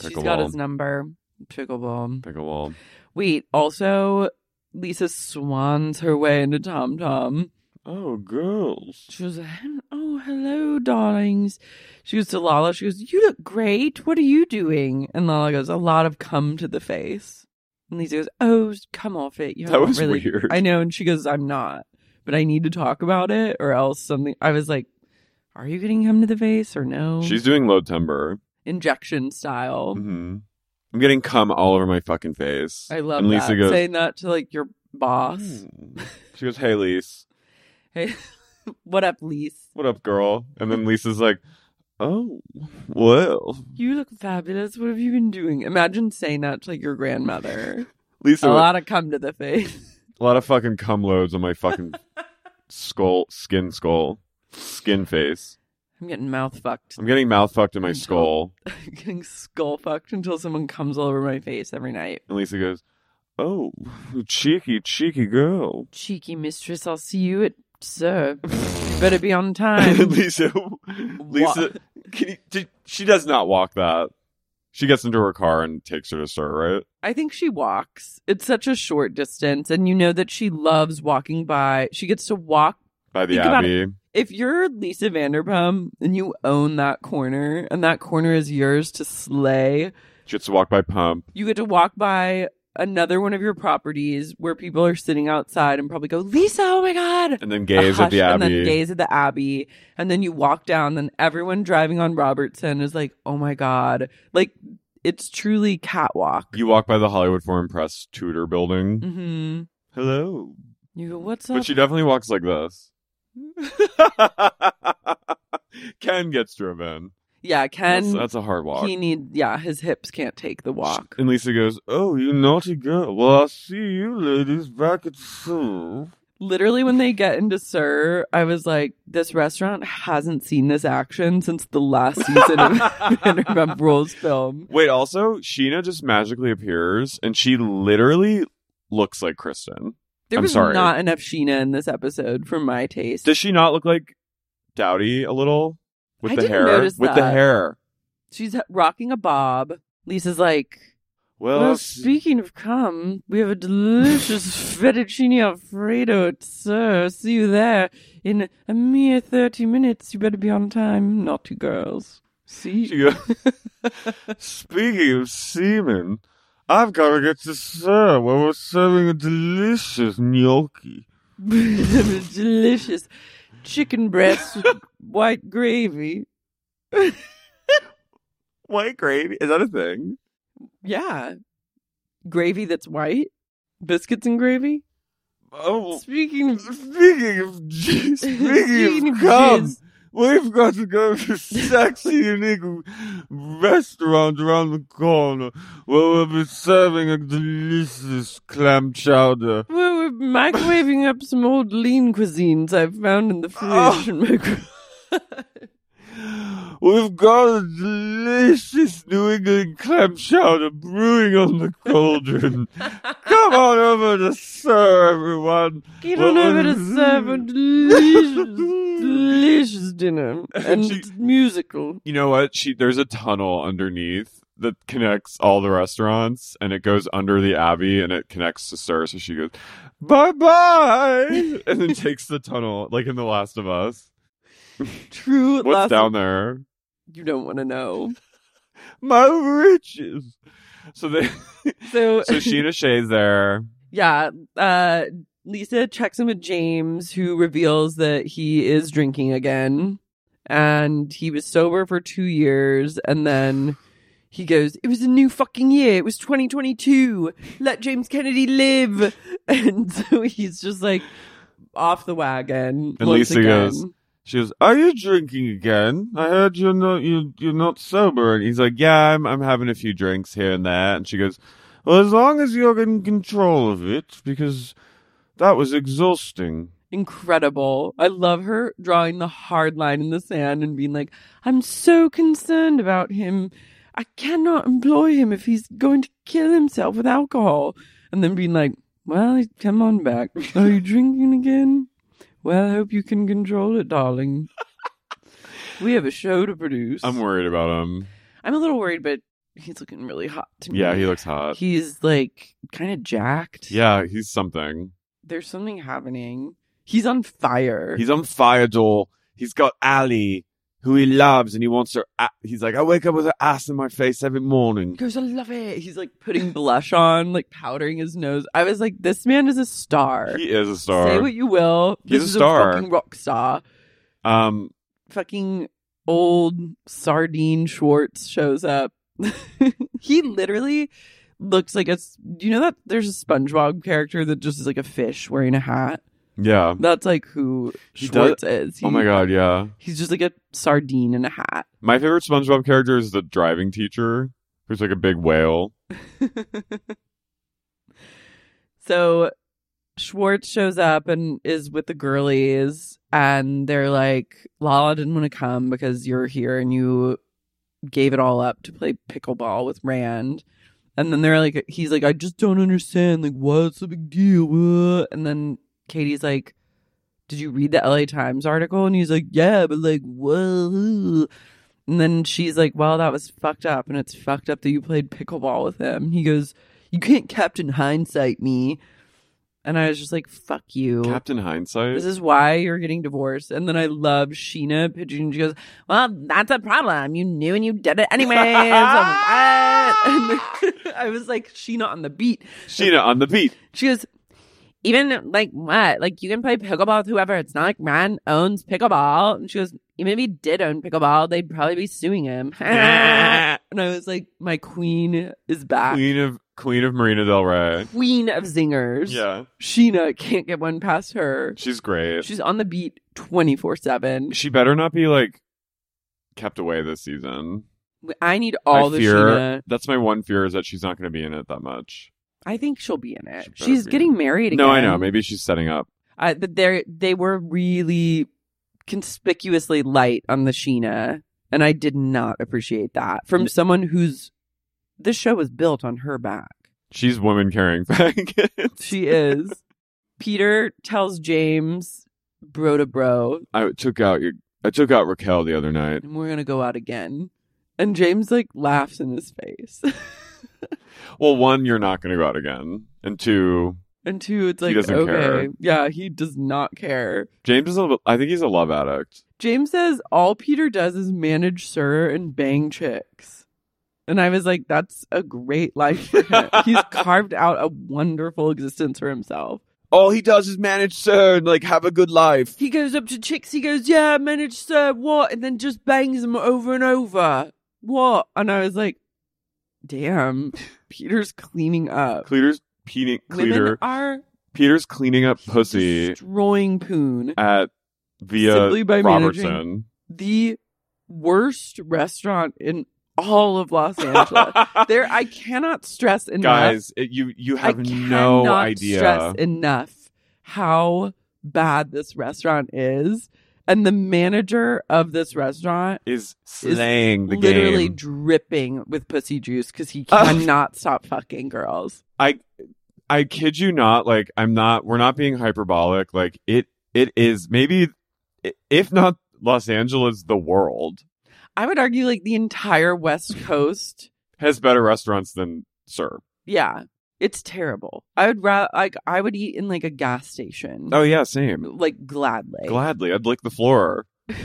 Speaker 6: She's got
Speaker 2: Pickleball.
Speaker 6: his number. Pickleball.
Speaker 2: Pickleball.
Speaker 6: Wait, also, Lisa swans her way into Tom Tom.
Speaker 2: Oh, girls.
Speaker 6: She was like, oh, Oh, hello, darlings. She goes to Lala. She goes, You look great. What are you doing? And Lala goes, A lot of cum to the face. And Lisa goes, Oh, come off it. You're
Speaker 2: That
Speaker 6: not
Speaker 2: was
Speaker 6: really...
Speaker 2: weird.
Speaker 6: I know. And she goes, I'm not, but I need to talk about it or else something. I was like, Are you getting cum to the face or no?
Speaker 2: She's doing low timber.
Speaker 6: injection style.
Speaker 2: hmm I'm getting cum all over my fucking face.
Speaker 6: I love
Speaker 2: and Lisa
Speaker 6: that.
Speaker 2: Goes,
Speaker 6: Saying that to like your boss.
Speaker 2: "Mm." She goes, "Hey, Lise,
Speaker 6: Hey, what up, Lise?
Speaker 2: what up, girl?" And then Lisa's like, "Oh, well."
Speaker 6: You look fabulous. What have you been doing? Imagine saying that to like your grandmother.
Speaker 2: Lisa,
Speaker 6: a
Speaker 2: went,
Speaker 6: lot of come to the face.
Speaker 2: a lot of fucking cum loads on my fucking skull, skin, skull, skin face.
Speaker 6: I'm getting mouth fucked.
Speaker 2: I'm getting mouth fucked in my
Speaker 6: Until-
Speaker 2: skull.
Speaker 6: I'm getting skull fucked until someone comes all over my face every night.
Speaker 2: And Lisa goes, "Oh, cheeky, cheeky girl."
Speaker 6: Cheeky mistress, I'll see you at sir. You better be on
Speaker 2: And
Speaker 6: time.
Speaker 2: Lisa, Lisa, can you, did, she does not walk that. She gets into her car and takes her to Sir, right?
Speaker 6: I think she walks. It's such a short distance, and you know that she loves walking by. She gets to walk
Speaker 2: By the
Speaker 6: Think about
Speaker 2: Abbey.
Speaker 6: if you're Lisa Vanderpump and you own that corner and that corner is yours to slay,
Speaker 2: She gets to walk by Pump.
Speaker 6: you get to walk by another one of your properties where people are sitting outside and probably go, Lisa, oh my God.
Speaker 2: and then gaze
Speaker 6: A
Speaker 2: at the
Speaker 6: hush,
Speaker 2: Abbey.
Speaker 6: And then gaze at the Abbey. And then you walk down, then everyone driving on Robertson is like, oh my God. Like, it's truly catwalk.
Speaker 2: you walk by the Hollywood Foreign Press Tudor building.
Speaker 6: hmm
Speaker 2: Hello.
Speaker 6: You go, what's up?
Speaker 2: But she definitely walks like this. Ken gets driven.
Speaker 6: yeah,
Speaker 2: That's,
Speaker 6: Ken,
Speaker 2: that's a hard walk.
Speaker 6: he need, yeah, his hips can't take the walk.
Speaker 2: And Lisa goes, Oh, you naughty girl. Well, I'll see you ladies back at school.
Speaker 6: Literally, when they get into Sir, I was like, this restaurant hasn't seen this action since the last season of Vanderpump Rules film.
Speaker 2: Wait, also, Sheena just magically appears and she literally looks like Kristen.
Speaker 6: There
Speaker 2: I'm
Speaker 6: was
Speaker 2: sorry.
Speaker 6: not enough Sheena in this episode for my taste.
Speaker 2: Does she not look like Dowdy a little? With
Speaker 6: I
Speaker 2: the
Speaker 6: didn't
Speaker 2: hair?
Speaker 6: notice
Speaker 2: With the
Speaker 6: that.
Speaker 2: hair.
Speaker 6: She's rocking a bob. Lisa's like,
Speaker 2: Well,
Speaker 6: well,
Speaker 2: I'll see-
Speaker 6: speaking of cum, we have a delicious fettuccine alfredo at Sir. See you there in a mere 30 minutes. You better be on time, naughty girls. See?
Speaker 2: She goes, Speaking of semen, I've got to get to Sir where we're serving a delicious gnocchi.
Speaker 6: delicious chicken breasts with white gravy.
Speaker 2: White gravy? Is that a thing?
Speaker 6: Yeah. Gravy that's white? Biscuits and gravy?
Speaker 2: Oh,
Speaker 6: Speaking of
Speaker 2: speaking of, g- speaking
Speaker 6: Speaking
Speaker 2: of
Speaker 6: of
Speaker 2: cum,
Speaker 6: jizz.
Speaker 2: we've got to go to sexy, unique restaurant around the corner where we'll be serving a delicious clam chowder.
Speaker 6: well, we're microwaving up some old lean cuisines I've found in the fridge.
Speaker 2: Oh.
Speaker 6: and micro-
Speaker 2: We've got a delicious New England clam chowder brewing on the cauldron. Come on over to Sir, everyone.
Speaker 6: Get on over to
Speaker 2: uh,
Speaker 6: serve
Speaker 2: hmm.
Speaker 6: a delicious, delicious dinner. And
Speaker 2: She-
Speaker 6: it's musical.
Speaker 2: You know what? She there's a tunnel underneath that connects all the restaurants, and it goes under the abbey, and it connects to Sir. So she goes, bye bye, and then takes the tunnel, like in The Last of Us.
Speaker 6: True
Speaker 2: What's
Speaker 6: last
Speaker 2: down there?
Speaker 6: you don't want to know.
Speaker 2: My riches. So they,
Speaker 6: So
Speaker 2: so Sheena Shea's there.
Speaker 6: Yeah. Uh, Lisa checks in with James, who reveals that he is drinking again. And he was sober for two years. And then he goes, It was a new fucking year. It was 2022. Let James Kennedy live. And so he's just like off the wagon.
Speaker 2: And
Speaker 6: once
Speaker 2: Lisa
Speaker 6: again.
Speaker 2: goes, She goes, "Are you drinking again? I heard you're not you you're not sober." And he's like, "Yeah, I'm I'm having a few drinks here and there." And she goes, "Well, as long as you're in control of it, because that was exhausting."
Speaker 6: incredible. I love her drawing the hard line in the sand and being like, I'm so concerned about him. I cannot employ him if he's going to kill himself with alcohol. And then being like, Well, come on back. Are you drinking again? Well, I hope you can control it, darling. We have a show to produce.
Speaker 2: I'm worried about him.
Speaker 6: I'm a little worried, but he's looking really hot to me.
Speaker 2: Yeah, he looks hot.
Speaker 6: He's like kind of jacked.
Speaker 2: Yeah, he's something.
Speaker 6: There's something happening. He's on fire.
Speaker 2: He's on fire, Joel. he's got Ali, who he loves, and he wants her. a he's like, I wake up with her ass in my face every morning.
Speaker 6: He goes, I love it. He's like putting blush on, like powdering his nose. I was like, this man is a star.
Speaker 2: He is a star.
Speaker 6: Say what you will.
Speaker 2: He's
Speaker 6: this
Speaker 2: a star.
Speaker 6: Is a fucking rock star.
Speaker 2: um,
Speaker 6: Fucking old sardine Schwartz shows up. he literally looks like a. s- You know that there's a SpongeBob character that just is like a fish wearing a hat.
Speaker 2: yeah.
Speaker 6: That's like who
Speaker 2: He does-
Speaker 6: Schwartz is.
Speaker 2: Oh
Speaker 6: He-
Speaker 2: my god, yeah.
Speaker 6: He's just like a sardine in a hat.
Speaker 2: My favorite SpongeBob character is the driving teacher, who's like a big whale.
Speaker 6: so Schwartz shows up and is with the girlies, and they're like, Lala didn't want to come because you're here and you gave it all up to play pickleball with Rand. And then they're like, he's like, I just don't understand. Like, what's the big deal? What?" And then Katie's like, Did you read the LA Times article? And he's like, Yeah, but like, whoa. And then she's like, Well, that was fucked up. And it's fucked up that you played pickleball with him. He goes, You can't Captain Hindsight me. And I was just like, Fuck you.
Speaker 2: Captain Hindsight.
Speaker 6: This is why you're getting divorced. And then I love Sheena pitching. She goes, Well, that's a problem. You knew and you did it anyway. so what? And I was like, Sheena on the beat.
Speaker 2: Sheena on the beat.
Speaker 6: She goes, Even like what? Like you can play pickleball with whoever. It's not like Rand owns pickleball. And she goes, Even if he did own pickleball, they'd probably be suing him. and I was like, My queen is back. Queen,
Speaker 2: Queen of Queen of Marina Del Rey.
Speaker 6: of zingers.
Speaker 2: Yeah.
Speaker 6: Sheena can't get one past her.
Speaker 2: She's great.
Speaker 6: She's on the beat 24 7.
Speaker 2: She better not be like kept away this season.
Speaker 6: I need all
Speaker 2: I
Speaker 6: the
Speaker 2: fear
Speaker 6: Sheena.
Speaker 2: that's my one fear is that she's not going to be in it that much.
Speaker 6: I think she'll be in it.
Speaker 2: She better
Speaker 6: She's
Speaker 2: be.
Speaker 6: getting married again.
Speaker 2: No, I know. Maybe she's setting up.
Speaker 6: I, but they they were really conspicuously light on the Sheena, and I did not appreciate that from someone who's this show was built on her back.
Speaker 2: She's woman carrying packets.
Speaker 6: She is. Peter tells James, bro to bro,
Speaker 2: I took out your. I took out Raquel the other night.
Speaker 6: and we're gonna go out again. And James like laughs in his face.
Speaker 2: Well, one, you're not going to go out again, and two,
Speaker 6: and two, it's
Speaker 2: He
Speaker 6: like
Speaker 2: doesn't
Speaker 6: okay,
Speaker 2: care.
Speaker 6: yeah, he does not care.
Speaker 2: James is a. I think he's a love addict.
Speaker 6: James says all Peter does is manage Sir and bang chicks. And I was like, that's a great life for him. He's carved out a wonderful existence for himself.
Speaker 2: All he does is manage Sir and like have a good life.
Speaker 6: He goes up to chicks, he goes, Yeah, manage Sir, what? And then just bangs them over and over. What? And I was like, Damn, Peter's cleaning up.
Speaker 2: Cleater's peeing.
Speaker 6: Women
Speaker 2: Cleater.
Speaker 6: are
Speaker 2: Peter's cleaning up pussy
Speaker 6: destroying Poon.
Speaker 2: at
Speaker 6: Simply
Speaker 2: via
Speaker 6: by
Speaker 2: Robertson.
Speaker 6: managing- The worst restaurant in all of Los Angeles. there I cannot stress enough.
Speaker 2: Guys, it, you you have
Speaker 6: I
Speaker 2: no
Speaker 6: cannot
Speaker 2: idea.
Speaker 6: Stress enough how bad this restaurant is, and the manager of this restaurant
Speaker 2: is slaying the
Speaker 6: literally
Speaker 2: game.
Speaker 6: dripping with pussy juice because he cannot stop fucking girls.
Speaker 2: I I kid you not. Like I'm not. We're not being hyperbolic. Like it. It is maybe i- if not Los Angeles, the world
Speaker 6: I would argue like the entire West Coast.
Speaker 2: has better restaurants than Sir.
Speaker 6: Yeah, it's terrible. I would rather like I would eat in like a gas station,
Speaker 2: Oh yeah, same.
Speaker 6: like gladly.
Speaker 2: Gladly, I'd lick the floor.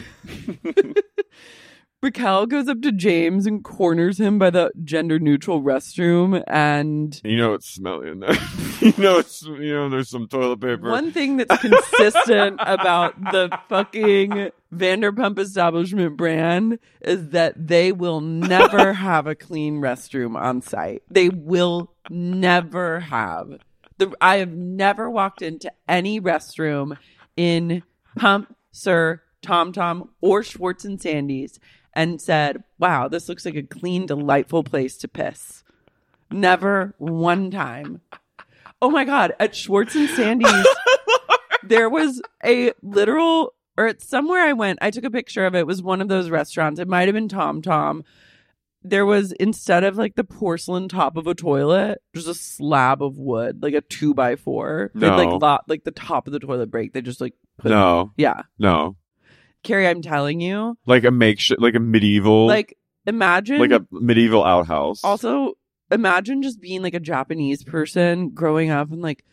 Speaker 6: Raquel goes up to James and corners him by the gender neutral restroom and
Speaker 2: You know it's smelly in there. you know it's you know there's some toilet paper.
Speaker 6: One thing that's consistent about the fucking Vanderpump establishment brand is that they will never have a clean restroom on site. They will never have. The, I have never walked into any restroom in Pump, Sir, Tom Tom, or Schwartz and Sandy's and said, wow, this looks like a clean, delightful place to piss. Never one time. Oh my god, at Schwartz and Sandy's there was a literal or it's somewhere I went, I took a picture of it. It was one of those restaurants. It might have been Tom Tom. There was instead of like the porcelain top of a toilet, just a slab of wood, like a two by four. They'd,
Speaker 2: No.
Speaker 6: like lot like the top of the toilet break. They just like put
Speaker 2: No,
Speaker 6: Yeah.
Speaker 2: no,
Speaker 6: Carrie, I'm telling you.
Speaker 2: like a makeshift, like a medieval,
Speaker 6: Like imagine
Speaker 2: like a medieval outhouse.
Speaker 6: also imagine just being like a japanese person growing up and like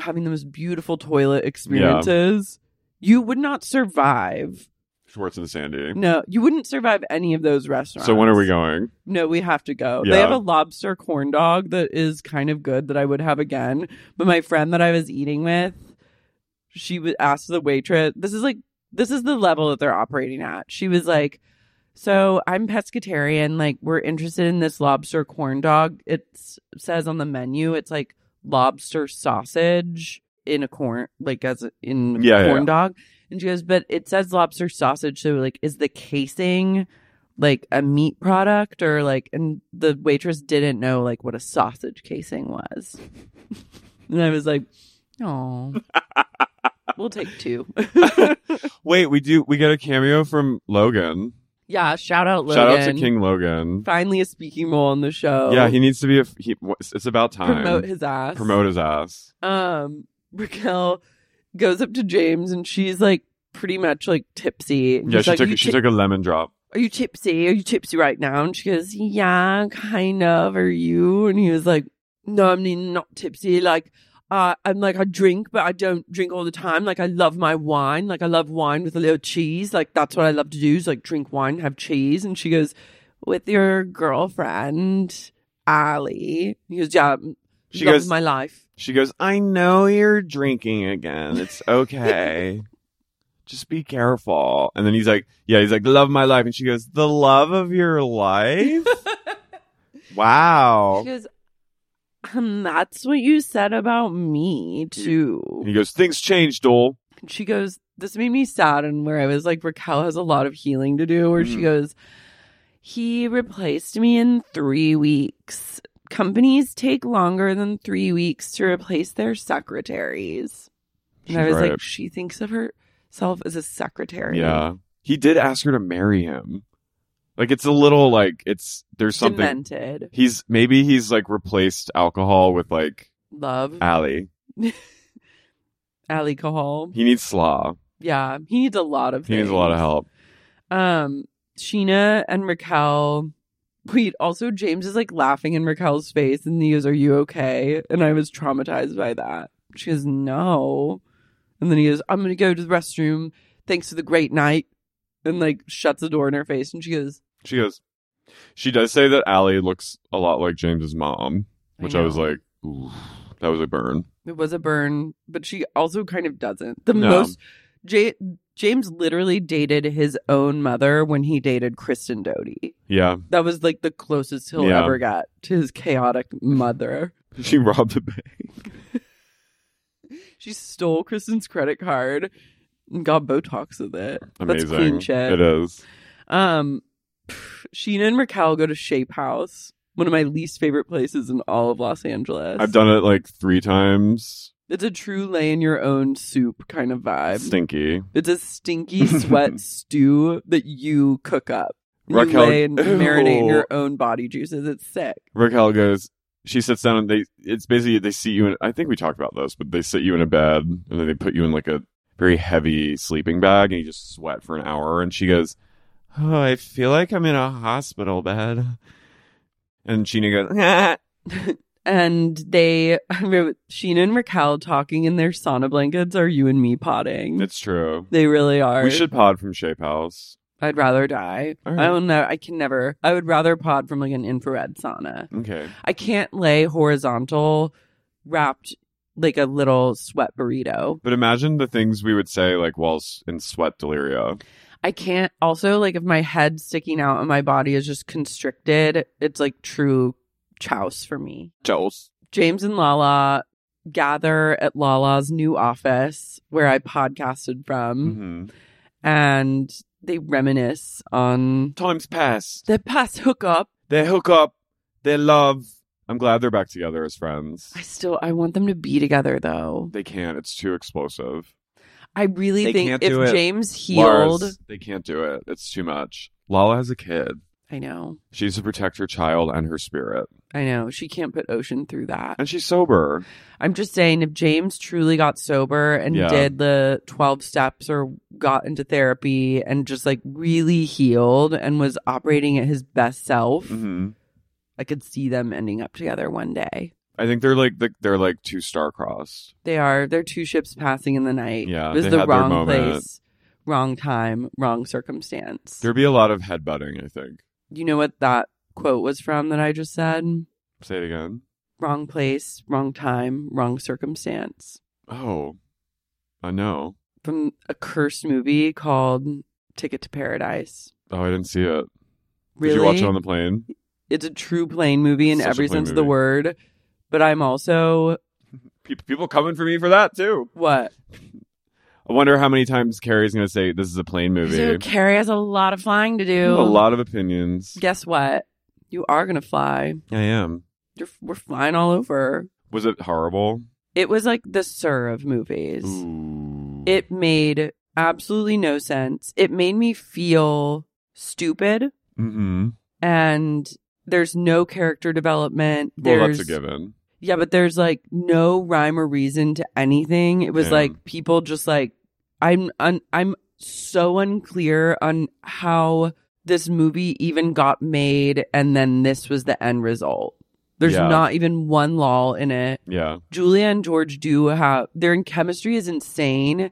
Speaker 6: having the most beautiful toilet experiences you would not survive
Speaker 2: Schwartz and Sandy.
Speaker 6: No, you wouldn't survive any of those restaurants.
Speaker 2: So when are we going?
Speaker 6: No, we have to go.
Speaker 2: Yeah.
Speaker 6: They have a lobster corn dog that is kind of good that I would have again. But my friend that I was eating with, she was asked the waitress. This is like this is the level that they're operating at. She was like, "So I'm pescatarian. Like we're interested in this lobster corn dog. It says on the menu, it's like lobster sausage in a corn, like as a- in
Speaker 2: Yeah, yeah,
Speaker 6: corn
Speaker 2: yeah.
Speaker 6: dog." And she goes, "But it says lobster sausage. So like, is the casing?" like a meat product or like and the waitress didn't know like what a sausage casing was and i was like oh we'll take two
Speaker 2: Wait, we do. We get a cameo from Logan.
Speaker 6: yeah shout out logan
Speaker 2: Shout out to King Logan.
Speaker 6: finally a speaking role on the show
Speaker 2: Yeah, he needs to be a. He, it's about time.
Speaker 6: promote his ass
Speaker 2: Promote his ass.
Speaker 6: um raquel goes up to james and she's like pretty much like tipsy And
Speaker 2: Yeah,
Speaker 6: she's
Speaker 2: she
Speaker 6: like,
Speaker 2: took
Speaker 6: "You
Speaker 2: she
Speaker 6: ti-
Speaker 2: took a lemon drop.
Speaker 6: are you tipsy? Are you tipsy right now? And she goes, Yeah, kind of. Are you? And he was like, No, I'm n- not tipsy. Like, uh, I'm like, I drink, but I don't drink all the time. Like, I love my wine. Like, I love wine with a little cheese. Like, that's what I love to do is like drink wine, have cheese. And she goes, With your girlfriend, Ali. He goes, Yeah,
Speaker 2: She
Speaker 6: she loves
Speaker 2: goes-
Speaker 6: my life.
Speaker 2: She goes, I know you're drinking again. It's okay. Just be careful. And then he's like, Yeah, he's like, love my life. And she goes, The love of your life? wow.
Speaker 6: She goes, um, That's what you said about me, too.
Speaker 2: And he goes, Things change, Dole.
Speaker 6: And she goes, This made me sad. And where I was like, Raquel has a lot of healing to do, where
Speaker 2: Mm.
Speaker 6: she goes, He replaced me in three weeks. Companies take longer than three weeks to replace their secretaries. And I
Speaker 2: She's
Speaker 6: was
Speaker 2: right.
Speaker 6: like, She thinks of herself as a secretary.
Speaker 2: Yeah. He did ask her to marry him. Like it's a little like it's there's something
Speaker 6: Demented.
Speaker 2: he's maybe he's like replaced alcohol with like
Speaker 6: Love.
Speaker 2: Allie.
Speaker 6: Alcohol.
Speaker 2: He needs slaw.
Speaker 6: Yeah. He needs a lot of
Speaker 2: He needs a lot of
Speaker 6: things.
Speaker 2: help.
Speaker 6: um Sheena and Raquel. Wait, also James is like laughing in Raquel's face and he goes, Are you okay? And I was traumatized by that. She goes, No. And then he goes, I'm gonna go to the restroom. Thanks for the great night. And like shuts the door in her face and she goes,
Speaker 2: She goes, she does say that Allie looks a lot like James's mom,
Speaker 6: I
Speaker 2: which I, was
Speaker 6: know.
Speaker 2: like, ooh, that was a burn.
Speaker 6: It was a burn, but she also kind of doesn't. The
Speaker 2: No.
Speaker 6: most J- James literally dated his own mother when he dated Kristen Doty.
Speaker 2: Yeah.
Speaker 6: That was like the closest he'll
Speaker 2: Yeah.
Speaker 6: ever get to his chaotic mother.
Speaker 2: She robbed the bank.
Speaker 6: She stole Kristen's credit card and got Botox with it.
Speaker 2: Amazing.
Speaker 6: That's clean shit.
Speaker 2: It is.
Speaker 6: Um, pff, Sheena and Raquel go to Shape House, one of my least favorite places in all of Los Angeles.
Speaker 2: I've done it like three times.
Speaker 6: It's a true lay in your own soup kind of vibe.
Speaker 2: Stinky.
Speaker 6: it's a stinky sweat stew that you cook up. You
Speaker 2: Raquel-
Speaker 6: lay and marinate in
Speaker 2: Ew.
Speaker 6: your own body juices. It's sick.
Speaker 2: Raquel goes, she sits down and they, it's basically, they seat you in, I think we talked about this, but they sit you in a bed and then they put you in like a very heavy sleeping bag and you just sweat for an hour. And she goes, Oh, I feel like I'm in a hospital bed. And Sheena goes,
Speaker 6: And they, I wrote, Sheena and Raquel talking in their sauna blankets are you and me potting.
Speaker 2: "Mm, It's true.
Speaker 6: They really are.
Speaker 2: We should pod from Shape House.
Speaker 6: I'd rather die.
Speaker 2: All right.
Speaker 6: I don't know. I can never. I would rather pod from like an infrared sauna.
Speaker 2: Okay.
Speaker 6: I can't lay horizontal, wrapped like a little sweat burrito.
Speaker 2: But imagine the things we would say like whilst in sweat delirio.
Speaker 6: I can't. Also, like if my head's sticking out and my body is just constricted, it's like true chouse for me.
Speaker 2: Jels.
Speaker 6: James and Lala gather at Lala's new office where I podcasted from,
Speaker 2: Mm-hmm.
Speaker 6: and they reminisce on
Speaker 2: Times pass.
Speaker 6: their past hookup
Speaker 2: They hook up. They love. I'm glad they're back together as friends.
Speaker 6: I still I want them to be together though.
Speaker 2: They can't. It's too explosive.
Speaker 6: I really
Speaker 2: They
Speaker 6: think
Speaker 2: can't
Speaker 6: if
Speaker 2: do it.
Speaker 6: James healed,
Speaker 2: Lars, they can't do it. It's too much. Lala has a kid.
Speaker 6: I know.
Speaker 2: She needs to protect her child and her spirit.
Speaker 6: I know. She can't put Ocean through that.
Speaker 2: And she's sober.
Speaker 6: I'm just saying if James truly got sober and
Speaker 2: Yeah.
Speaker 6: did the 12 steps or got into therapy and just like really healed and was operating at his best self,
Speaker 2: Mm-hmm.
Speaker 6: I could see them ending up together one day.
Speaker 2: I think they're like they're like too star crossed.
Speaker 6: They are they're two ships passing in the night.
Speaker 2: Yeah,
Speaker 6: it was
Speaker 2: they
Speaker 6: the
Speaker 2: had their
Speaker 6: wrong
Speaker 2: moment.
Speaker 6: place. wrong time, wrong circumstance.
Speaker 2: There'd be a lot of headbutting, I think.
Speaker 6: you know what that quote was from that I just said?
Speaker 2: Say it again.
Speaker 6: Wrong place, wrong time, wrong circumstance.
Speaker 2: Oh, I know.
Speaker 6: From a cursed movie called Ticket to Paradise.
Speaker 2: Oh, I didn't see it.
Speaker 6: Really?
Speaker 2: Did you watch it on the plane?
Speaker 6: it's a true plane movie in
Speaker 2: Such a
Speaker 6: every
Speaker 2: plain
Speaker 6: sense of the
Speaker 2: movie.
Speaker 6: word. But I'm also
Speaker 2: Pe- people coming for me for that too.
Speaker 6: what?
Speaker 2: I wonder how many times Carrie's going to say this is a plane movie.
Speaker 6: So Carrie has a lot of flying to
Speaker 2: I
Speaker 6: do.
Speaker 2: have a lot of opinions.
Speaker 6: Guess what? You are gonna fly.
Speaker 2: I am.
Speaker 6: You're, we're flying all over.
Speaker 2: Was it horrible?
Speaker 6: It was like the Sir of movies.
Speaker 2: Ooh.
Speaker 6: It made absolutely no sense. It made me feel stupid,
Speaker 2: Mm-mm.
Speaker 6: and there's no character development.
Speaker 2: Well,
Speaker 6: There's,
Speaker 2: that's a given.
Speaker 6: Yeah, but there's like no rhyme or reason to anything. It was
Speaker 2: Yeah.
Speaker 6: like people just like I'm un- I'm so unclear on how this movie even got made and then this was the end result. There's
Speaker 2: Yeah.
Speaker 6: not even one lull in it.
Speaker 2: Yeah.
Speaker 6: Julia and George do have their chemistry is insane.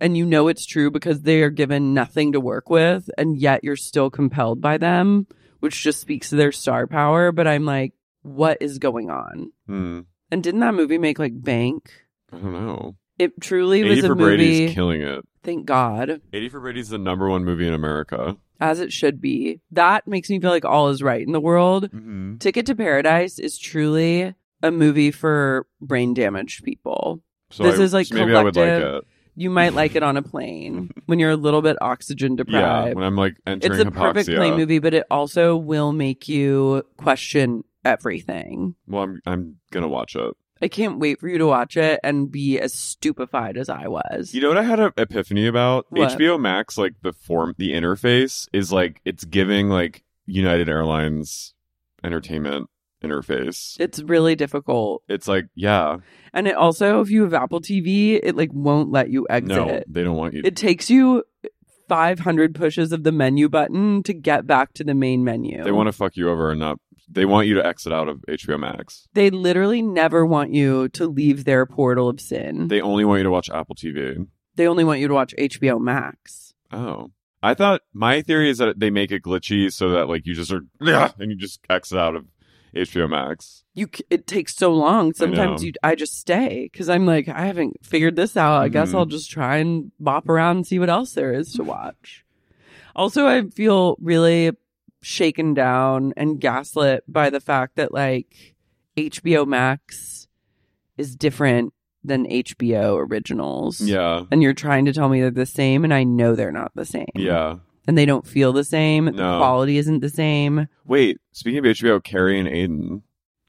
Speaker 6: And you know it's true because they are given nothing to work with, and yet you're still compelled by them, which just speaks to their star power. But I'm like, what is going on?
Speaker 2: Hmm.
Speaker 6: And didn't that movie make like bank?
Speaker 2: I don't know.
Speaker 6: It truly
Speaker 2: 80
Speaker 6: was a
Speaker 2: for
Speaker 6: movie.
Speaker 2: Brady's killing it.
Speaker 6: thank God,
Speaker 2: 80 for Brady's the number one movie in America.
Speaker 6: as it should be. That makes me feel like all is right in the world.
Speaker 2: Mm-hmm.
Speaker 6: Ticket to Paradise is truly a movie for brain damaged people.
Speaker 2: So
Speaker 6: This
Speaker 2: I-
Speaker 6: is, like,
Speaker 2: so maybe I would like
Speaker 6: collective
Speaker 2: it.
Speaker 6: You might like it on a plane when you're a little bit oxygen
Speaker 2: Yeah,
Speaker 6: deprived.
Speaker 2: when I'm like entering
Speaker 6: it's the
Speaker 2: hypoxia.
Speaker 6: perfect plane movie, but it also will make you question everything.
Speaker 2: Well, I'm I'm gonna watch it.
Speaker 6: I can't wait for you to watch it and be as stupefied as I was.
Speaker 2: You know what I had an epiphany about?
Speaker 6: What?
Speaker 2: HBO Max, like the form, the interface is like it's giving like United Airlines entertainment interface.
Speaker 6: it's really difficult.
Speaker 2: It's like yeah,
Speaker 6: And it also, if you have Apple TV, it like won't let you exit
Speaker 2: no,
Speaker 6: it.
Speaker 2: they don't want you.
Speaker 6: It takes you 500 pushes of the menu button to get back to the main menu.
Speaker 2: they want to fuck you over and not. They want you to exit out of HBO Max.
Speaker 6: They literally never want you to leave their portal of sin. They,
Speaker 2: They only want you to watch Apple TV.
Speaker 6: only want you to watch HBO Max.
Speaker 2: Oh, I thought my theory is that they make it glitchy so that like you just are and you just exit out of HBO Max.
Speaker 6: You, c- it takes so long. Sometimes
Speaker 2: know.
Speaker 6: you, I just stay because I'm like, I haven't figured this out. I guess
Speaker 2: Mhm.
Speaker 6: I'll just try and bop around and see what else there is to watch. also, I feel really shaken down and gaslit by the fact that like HBO Max is different than HBO originals.
Speaker 2: Yeah,
Speaker 6: And you're trying to tell me they're the same, and I know they're not the same.
Speaker 2: yeah.
Speaker 6: And they don't feel the same. The
Speaker 2: No.
Speaker 6: quality isn't the same.
Speaker 2: Wait, speaking of HBO, Carrie and Aiden.